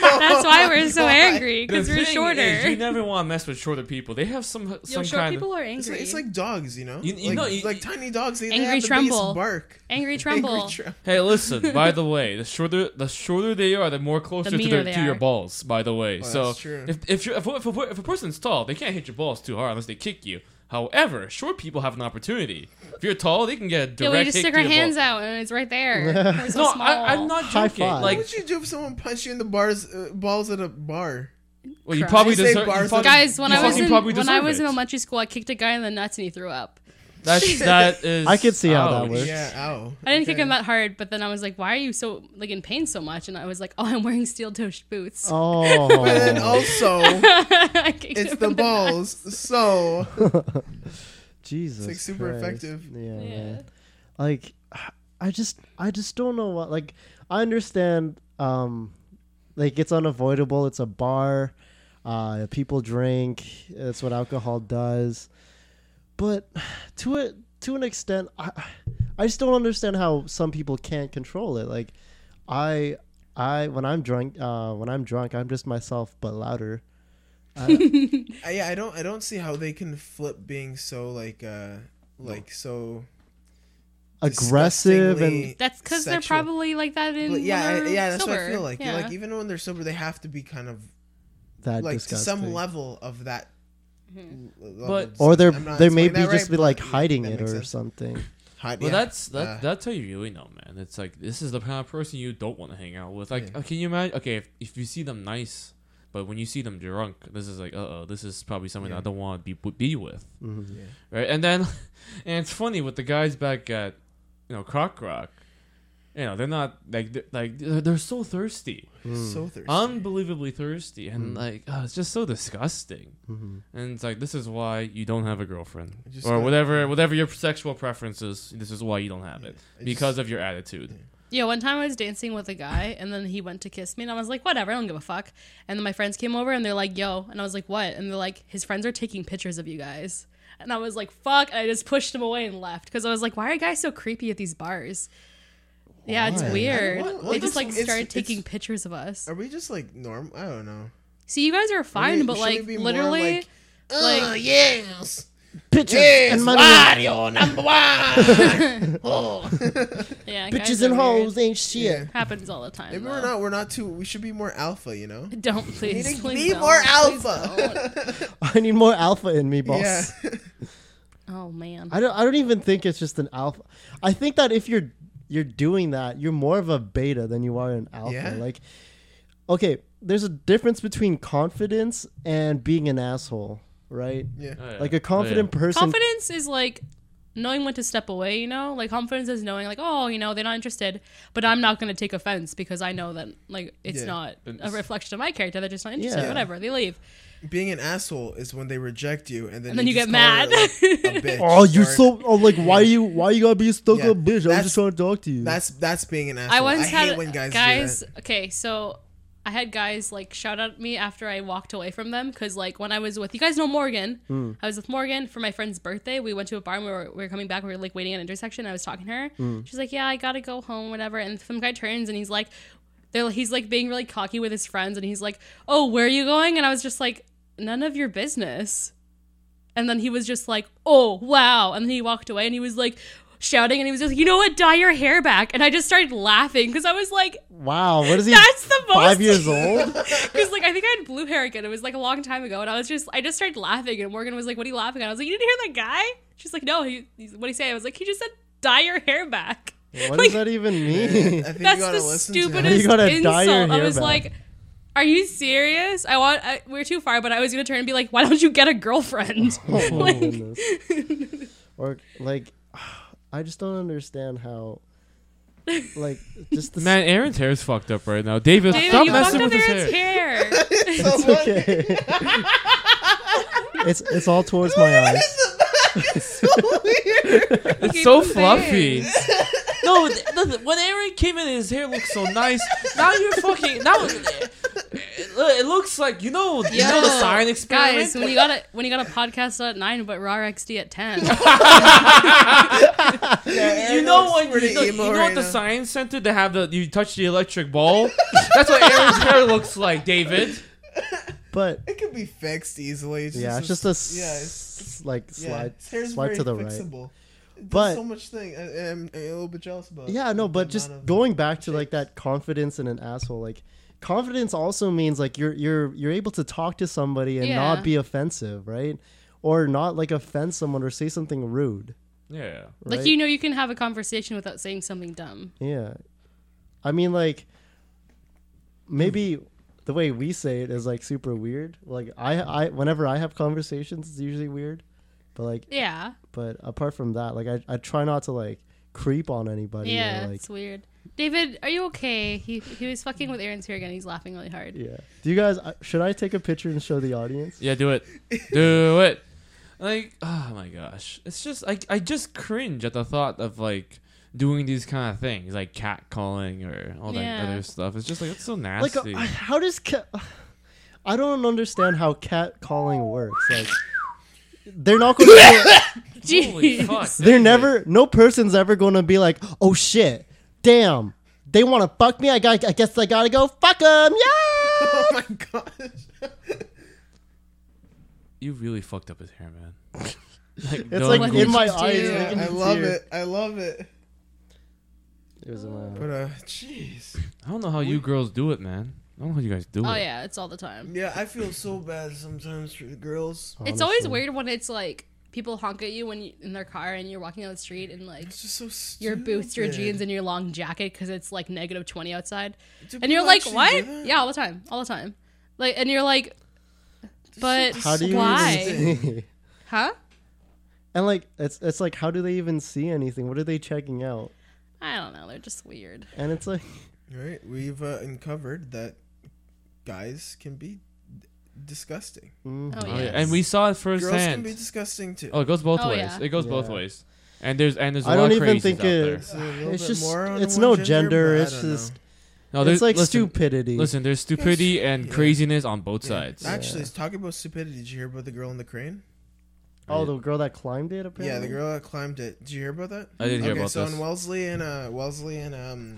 That's why we're so angry
the
because we're
thing is, you
shorter.
never want to mess with shorter people. They have some
Yo,
some
short
kind of
people are
It's,
angry.
like, it's like dogs, you know.
You- you
like,
know, you-
like tiny dogs. They, they
Angry
have the biggest
tremble.
bark.
angry tremble.
Angry tremble.
Hey, listen. by the way, the shorter the shorter they are, the more closer to,
meaner
their,
they
to your
are.
balls. By the way, so
Oh, that's true.
if if, you're, if if a, if a person's tall, they can't hit your balls too hard unless they kick you. However, short people have an opportunity. If you're tall, they can get a
yeah,
direct
we just
hit
stick
to
our
your
hands
balls.
out and it's right there. We're so
No,
small.
I, I'm not
High
joking.
five.
Like,
What would you do if someone punched you in the bars uh, balls at a bar?
well, you probably
Did you say
deserve. You
bars
fucking,
Guys, when
you
I was
fucking
in
probably
when I
deserve
was in
it.
elementary school, I kicked a guy in the nuts and he threw up.
That's that is.
I could see how that
ouch.
works.
Yeah, ow.
I didn't kick
Okay.
him that hard, but then I was like, "Why are you so like in pain so much?" And I was like, "Oh, I'm wearing steel toe sh- boots."
Oh.
But then also,
I kicked
it's
him
the
in
balls, so
Jesus.
like, super
Christ.
effective.
Yeah.
nuts.
man. Like I just I just don't know what like I understand um like it's unavoidable, it's a bar. Uh people drink, that's what alcohol does. But to a to an extent I I just don't understand how some people can't control it. Like I I when I'm drunk uh when I'm drunk I'm just myself but louder.
I, yeah, I don't I don't see how they can flip being so like uh like so
Aggressive and
disgustingly
That's because they're
sexual.
probably like that in.
But yeah, I,
when they're
yeah, that's what I
sober.
feel like.
Yeah.
Like even when they're sober, they have to be kind of
that
like to
disgusting.
some level of that.
Mm-hmm.
level
But-
of
or they're
disgusting. I'm not
they may be
explaining that
just
right,
be
but
like
yeah,
hiding
that
it or
makes sense.
something.
Hide-
Well,
yeah.
that's that,
Uh,
that's how you really know, man. It's like this is the kind of person you don't want to hang out with. Like, uh, can you imagine? Okay, if, if you see them nice, but when you see them drunk, this is like, uh oh, this is probably someone I don't want to be be with,
Yeah.
right? And then, and it's funny with the guys back at, you know, Croc Rock, you know, they're not like they're, like they're, they're so thirsty,
so thirsty.
Um,
unbelievably thirsty,
Mm-hmm.
and like oh, it's just so disgusting. And it's like this is why you don't have a girlfriend
just
or
got-
whatever whatever your sexual preference is. This is why you don't have it
I
because
just-
of your attitude.
Yeah, one time I was dancing with a guy and then he went to kiss me and I was like, whatever, I don't give a fuck. And then my friends came over and they're like, yo. And I was like, what? And they're like, his friends are taking pictures of you guys. And I was like, fuck. And I just pushed him away and left because I was like, why are guys so creepy at these bars? Yeah, it's
Why?
weird.
What- what
they
the
just like
fuck- it's-
started
it's-
taking pictures of us.
Are we just like norm? I don't know.
So you guys are fine,
we-
but
should
like
we be more,
literally,
like,
like
yes.
Pictures and money.
number one. Oh.
yeah, guys
Bitches
are
and
weird.
hoes ain't shit.
Yeah.
happens all the time.
Maybe
though.
we're not. We're not too. We should be more alpha. You know.
Don't please.
need to
please
be
don't.
more
Please
alpha.
don't.
I need more alpha in me, boss.
Yeah.
oh man.
I don't. I don't even think it's just an alpha. I think that if you're you're doing that, you're more of a beta than you are an alpha.
Yeah.
Like, okay, there's a difference between confidence and being an asshole, right?
yeah.
Oh, yeah.
Like a confident person.
confidence is like knowing when to step away you know like confidence is knowing like oh you know they're not interested but i'm not going to take offense because i know that like it's
Yeah.
not a
It's-
reflection of my character they're just not interested
Yeah.
whatever they leave
Being an asshole is when they reject you and then
And then you
just
get
call
mad.
her, like, a bitch
Oh, you're
or-
so. Oh, like why you why you gotta be a stuck
Yeah.
up bitch? I was
That's-
just trying to talk to you.
That's that's being an asshole.
i once
hate
had
when guys
guys,
do
okay so i had guys like shout at me after i walked away from them because like when i was with you guys know morgan
Hmm.
i was with morgan for my friend's birthday we went to a bar and we were, we were coming back we were like waiting at an intersection i was talking to her
Hmm.
she's like yeah i gotta go home whatever and some guy turns and he's like they're, he's like being really cocky with his friends and he's like oh where are you going and i was just like none of your business and then he was just like oh wow and then he walked away and he was like shouting and he was just like, you know what dye your hair back and i just started laughing because i was like
wow. What is he?
that's the most
five years old.
because like i think i had blue hair again it was like a long time ago and i was just i just started laughing and morgan was like what are you laughing at i was like you didn't hear that guy she's like no he, he's, what he say i was like he just said dye your hair back Like-
What does that even
that.
mean?
I think
That's
you gotta
the
listen
stupidest
You gotta dye your
insult. I
hair
was
back.
like, "Are you serious?" I want. I, we're too far, but I was gonna turn and be like, "Why don't you get a girlfriend?"
Oh, my
Like-
goodness. or like, I just don't understand how. Like just the
Man, Aaron's hair is fucked up right now. David,
David,
stop
you
messing
fucked
with
up Aaron's
his hair.
hair.
to him.
It's okay. it's it's all towards my eyes.
It's
Keep
so
his
fluffy. no, th- th- th- when Aaron came in, his hair looked so nice. Now you're fucking. Now it, it looks like you know. You know the
Yo,
siren experiment.
Guys, when you got a when you got a podcast at nine, but raw XD at ten.
you know when
pretty
you know, you
emo
know
right
at the
now.
science center they have the you touch the electric ball. That's what Aaron's hair looks like, David.
But
It could be fixed easily. It's
yeah, it's just a s-
yeah, it's-
like
yeah,
slide
his hair's
slide to
very
the right.
fixable. It does
But-
so much thing. I, am a little bit jealous about.
Yeah, no,
the
but just
amount of-
going back to like that confidence in an asshole, like confidence also means like you're you're you're able to talk to somebody and
Yeah.
not be offensive, right? Or not like offend someone or say something rude.
Yeah.
Right?
Like you know, you can have a conversation without saying something dumb.
Yeah. I mean, like, maybe the way we say it is like super weird. Like, I, I, whenever I have conversations, it's usually weird. But like,
Yeah,
but apart from that, like, I, I try not to like creep on anybody. or,
yeah,
like,
it's weird. David, are you okay? He he was fucking with Aaron's hair again. He's laughing really hard.
yeah. Do you guys, I- should I take a picture and show the audience?
Yeah, do it. Do it. Like, oh my gosh. It's just I I just cringe at the thought of like doing these kind of things, like catcalling or all that
Yeah.
other stuff. It's just like it's so
Like,
nasty.
uh, how does cat, I don't understand how cat calling works. Like, they're not going to,
Holy
Jeez.
fuck.
they're never, no person's ever going to be like, oh shit, damn, they want to fuck me. I got, I guess I gotta go fuck them. Yeah.
Oh my gosh.
You really fucked up his hair, man. like,
It's
don't-
like in my
just
eyes.
do?
making
I
me
love
tear.
it. I love it.
It was in my
But uh, jeez.
I don't know how you girls do it, man. I don't know how you guys do it.
Oh yeah, it's all the time.
Yeah, I feel so bad sometimes for the girls.
Oh.
It's always
Honestly.
weird when it's like people honk at you when you, in their car and you're walking down the street and like
It's just so stupid.
your boots, your jeans, and your long jacket because it's like negative twenty outside,
Do
and you're
people
like,
actually
what?
do that?
Yeah, all the time, all the time. Like, and you're like, but
How do you
why?
even see?
huh?
And like it's it's like how do they even see anything? What are they checking out?
I don't know. They're just weird.
And it's like
Right, we've uh, uncovered that guys can be d- disgusting.
Oh,
Oh, yeah.
yes.
And we saw it
Girls can be
firsthand.
disgusting too.
Oh, it goes both
Oh,
ways.
yeah.
It goes both
Yeah.
ways. And there's and there's a
I
lot
don't
of
even
crazies
think
out there.
it's
It's a little
it's
bit
just
more on
it's
one
no
gender,
gender.
but I
It's
don't know.
just
No,
it's
there's
like
Oh, listen,
stupidity.
Listen, there's stupidity and
yeah.
craziness on both
Yeah.
sides.
Actually, talking about stupidity, did you hear about the girl in the crane?
oh, the girl that climbed it apparently.
Yeah, the girl that climbed it. Did you hear about that?
I didn't hear about
so
this.
in Wellesley and uh, Wellesley and um,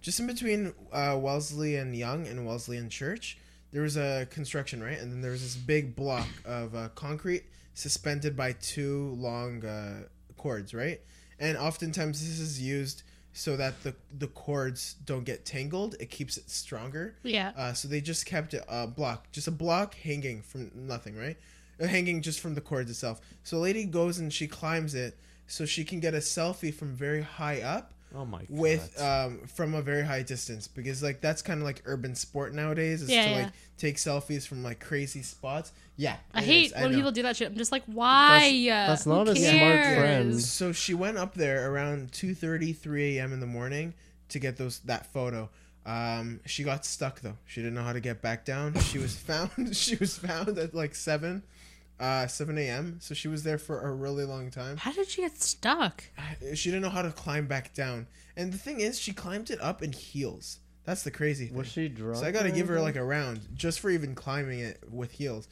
just in between uh, Wellesley and Young and Wellesley and Church, there was a construction right, and then there was this big block of uh, concrete suspended by two long uh, cords, right? And oftentimes this is used so that the the cords don't get tangled. It keeps it stronger.
Yeah.
Uh, so they just kept a uh, block, just a block hanging from nothing, right? Uh, Hanging just from the cords itself. So a lady goes and she climbs it so she can get a selfie from very high up
Oh my god.
with um, from a very high distance because like that's kind of like urban sport nowadays is
Yeah,
to
yeah.
like take selfies from like crazy spots. Yeah,
I
it
hate
is,
when
know.
people do that shit. I'm just like, why? Uh,
that's
Who
not a smart
cares?
friend.
So she went up there around 2:30, 3 a.m. in the morning to get those that photo. Um, she got stuck though. She didn't know how to get back down. She was found. she was found at like seven, uh, 7 a.m. So she was there for a really long time.
How did she get stuck?
She didn't know how to climb back down. And the thing is, she climbed it up in heels. That's the crazy thing.
Was she drunk?
So I gotta
or
give her
anything?
like a round just for even climbing it with heels,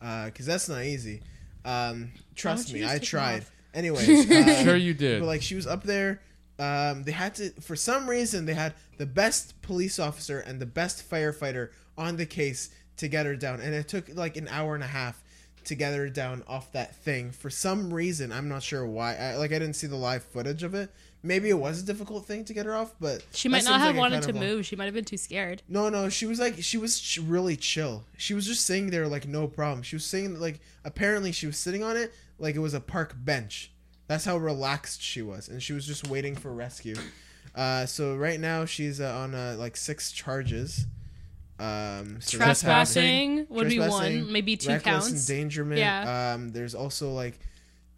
because that's not easy. Um, trust
don't
me,
you just
I
take them
tried.
off?
Anyways, uh,
sure you did.
but like she was up there. Um, they had to for some reason they had the best police officer and the best firefighter on the case to get her down, and it took like an hour and a half to get her down off that thing. For some reason, I'm not sure why. I, like I didn't see the live footage of it. Maybe it was a difficult thing to get her off, but
She
that
might not
seems
have
like a
wanted
kind
to
of a-
move. She might have been too scared.
no, no, she was like she was ch- really chill. She was just sitting there like no problem. She was sitting like apparently she was sitting on it like it was a park bench. That's how relaxed she was, and she was just waiting for rescue. Uh, so right now she's uh, on uh, like six charges. Um, so that's how-
Trespassing would be
trespassing,
one, maybe two
reckless
counts.
endangerment.
Yeah.
Um, there's also like,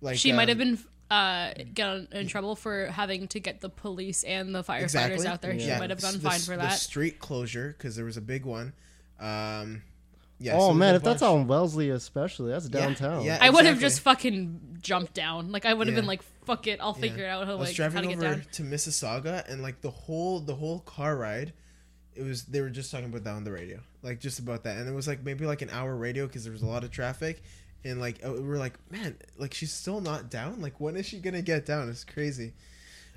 like
She might have
um,
been uh, got in trouble for having to get the police and the firefighters out there. She might have
um, the-
gone
the-
fine for
the
that.
street closure because there was a big one. Um, yeah. so
Oh
there's
man,
a
if that's
bunch.
on Wellesley, especially that's
Yeah,
downtown.
yeah,
I would have
exactly.
just fucking jumped down. Like I would have
Yeah.
been like, "Fuck it, I'll figure it out how,
I was
like, how
driving
to get
over
down."
to Mississauga, and like the whole the whole car ride, it was they were just talking about that on the radio, like just about that, and it was like maybe like an hour radio because there was a lot of traffic, and like uh, we were like, man, like she's still not down. Like when is she gonna get down? It's crazy.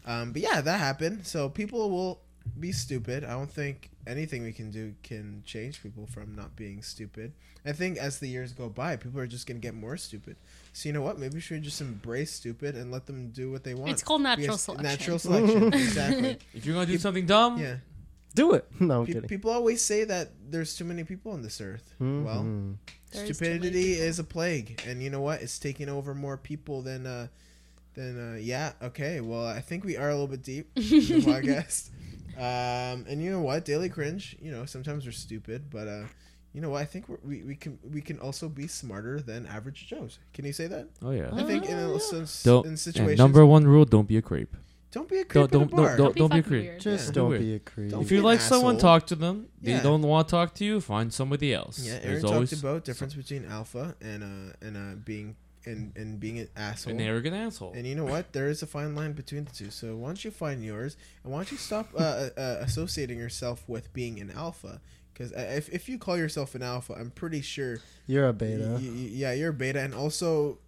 Um, but yeah, that happened. So people will be stupid. I don't think anything we can do can change people from not being stupid. I think as the years go by, people are just gonna get more stupid. So you know what? Maybe we should just embrace stupid and let them do what they want.
It's called natural
Because-
selection.
Natural selection, exactly.
if you're gonna do something dumb,
Yeah.
do it. No I'm
Pe-
kidding.
people always say that there's too many people on this earth.
Mm-hmm.
Well,
Mhm.
There is too many
stupidity is, a plague, and you know what? It's taking over more people than, uh, than uh, yeah. Okay, well, I think we are a little bit deep in the podcast. Um, and you know what? Daily cringe. You know, sometimes we're stupid, but uh, you know what? I think we're, we we can we can also be smarter than average Joes. Can you say that?
oh yeah.
I think in, a, in
Don't. and
situations,
number one rule: don't be a creep.
don't be a creep in
Don't
a
don't
bar.
don't don't,
be
don't be a
fucking
creep.
weird.
Just
Yeah.
don't
Do
be a creep.
Don't
If
be
you
an
like someone,
asshole.
talk to them.
Yeah.
They don't want to talk to you. Find somebody else.
Yeah, Aaron
There's
talked
always
about difference between alpha and uh and uh being and and being an asshole.
an arrogant asshole.
And you know what? There is a fine line between the two. So why don't you find yours, and why don't you stop uh, uh, associating yourself with being an alpha? Because if if you call yourself an alpha, I'm pretty sure,
You're a
y- y-
beta.
yeah, you're a beta, and also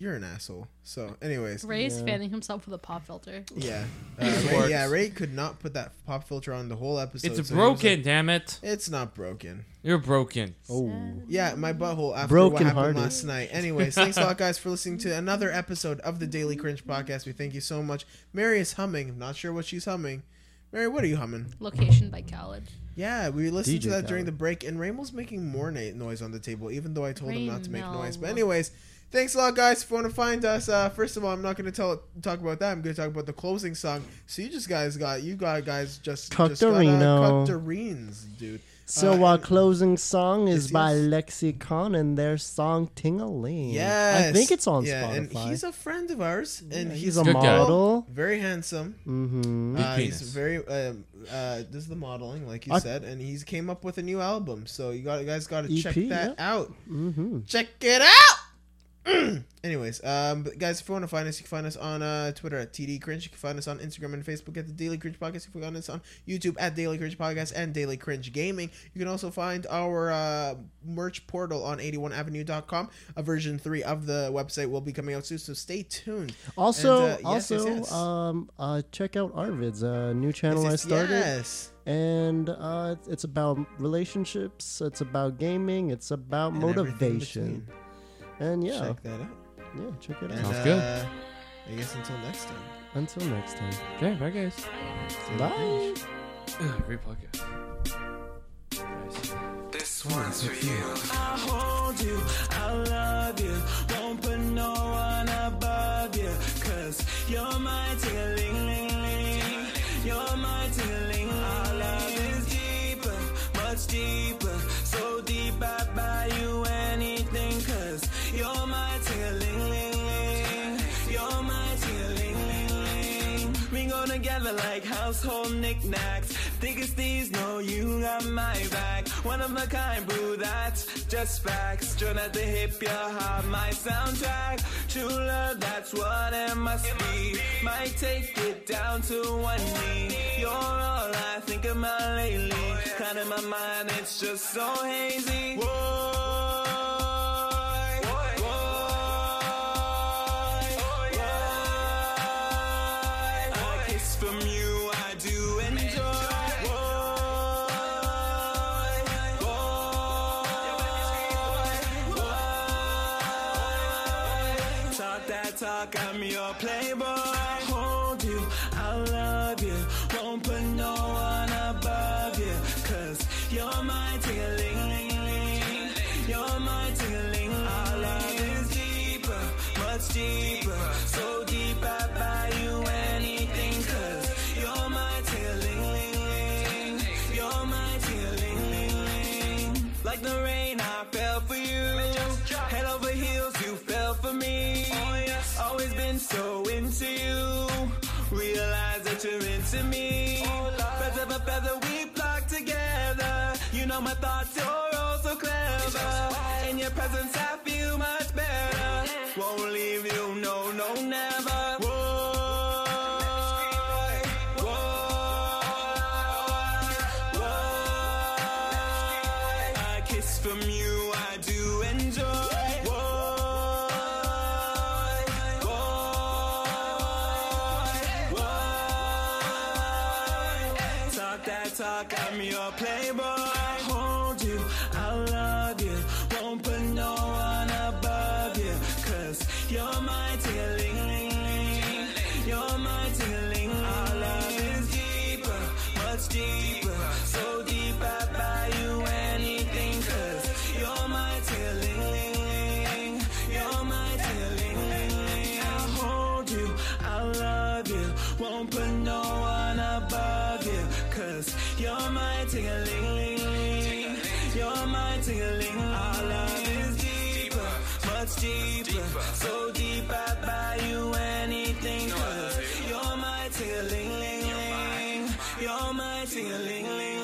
you're an asshole. So, anyways,
Ray's
Yeah.
fanning himself with a pop filter.
yeah, uh, Ray,
Works.
yeah, Ray could not put that pop filter on the whole episode. so
it's
he was
broken.
like,
damn it!
it's not broken.
You're broken.
Oh,
Yeah, my butthole after what
Broken
happened
hearted.
last night. Anyways, thanks a lot, guys, for listening to another episode of the Daily Cringe Podcast. We thank you so much. Mary is humming. Not sure what she's humming. Mary, what are you humming?
Location by Khaled.
Yeah, we listened to
DJ
that during
Khaled.
the break, and Raymond's making more na- noise on the table, even though I told him not to make
Raymel.
noise. But anyways, thanks a lot, guys. If you want to find us, uh, first of all, I'm not going to tell talk about that. I'm going to talk about the closing song. So you just guys got you got guys just just got, uh,
Cuctarino.
Cuctarines, dude.
So
Uh,
our closing song is
Yes,
by
yes.
Lexicon and their song Tingaling.
Yes.
I think it's on Spotify.
And he's a friend of ours, and
he's
he's,
a
Good guy.
model.
very handsome.
Mm-hmm.
Big
Uh, he's
penis.
very um, uh, does the modeling, like you
I- E
said, and he's came up with a new album. So you got you guys got to
EP,
check that
yeah.
out.
Mm-hmm.
Check it out. Anyways, um, but guys, if you want to find us, you can find us on uh, Twitter at TD Cringe. You can find us on Instagram and Facebook at the Daily Cringe Podcast. You can find us on YouTube at Daily Cringe Podcast and Daily Cringe Gaming. You can also find our uh, merch portal on 81avenue.com. A version 3 of the website will be coming out soon, so stay tuned.
Also,
And, uh, yes,
also,
yes, yes.
um, uh, check out our vids, a new channel I
Yes,
started,
Yes.
and uh, it's- it's about relationships, it's about gaming, it's about
And everything
motivation,
between.
and yeah,
Check that out.
yeah, check it
And,
out.
Sounds good.
uh, I guess until next time.
Until next time,
Okay, bye guys.
stay
bye.
cringe.
Ugh, Great podcast. Nice.
This one's for you. I hold you, I love you. Won't put no one above you. Cause you're my tingling, ling, ling. You're my tingling. Our love is deeper, much deeper. So deep I buy you anything. Cause you're my tingling, ling, ling. You're my tingling, ling, ling. We go together like household knickknacks. Thickest thieves know you got my back. One of a kind, boo, that's just facts. Join at the hip, your heart, my soundtrack. True love, that's what it must be. Might take it down to one knee. You're all I think about lately. Kind of my mind, it's just so hazy. Boy, boy, boy. A kiss from you, I do enjoy. Boy, boy, boy. Talk that talk, I'm your playboy. Hold you, I love you. Won't put no one above you. Cause you're my tingling, ling, ling. You're my tingling. Our love is deeper, much deeper. So deep, I buy you anything. Cause you're my tingling, ling, ling. You're my tingling, ling, ling. Like the rain, I fell for you. Head over heels, you fell for me. Always been so into you. Realize that you're into me. Feather by feather, we flock together. You know my thoughts, you're all so clever. In your presence, I feel much better. Won't leave you, no, no, never. Whoa, whoa, whoa. A kiss from you, I do enjoy. Whoa, whoa, whoa. Talk that talk, I'm your playboy. Hold you, I love you. Won't put no one above you. Cause you're my tingling, ling, ling. You're my tingling. Our love is deeper, much deeper. So deep, I buy you anything. Cause you're my tingling, ling, ling. You're my tingling, ling, ling. I hold you, I love you. Won't put no one above you. Cause you're my tingling, ling, ling. You're my tingling. Our love is deeper, much deeper. So deep, I buy you anything. Cause you're my tingling, ling, ling. You're my tingling, ling.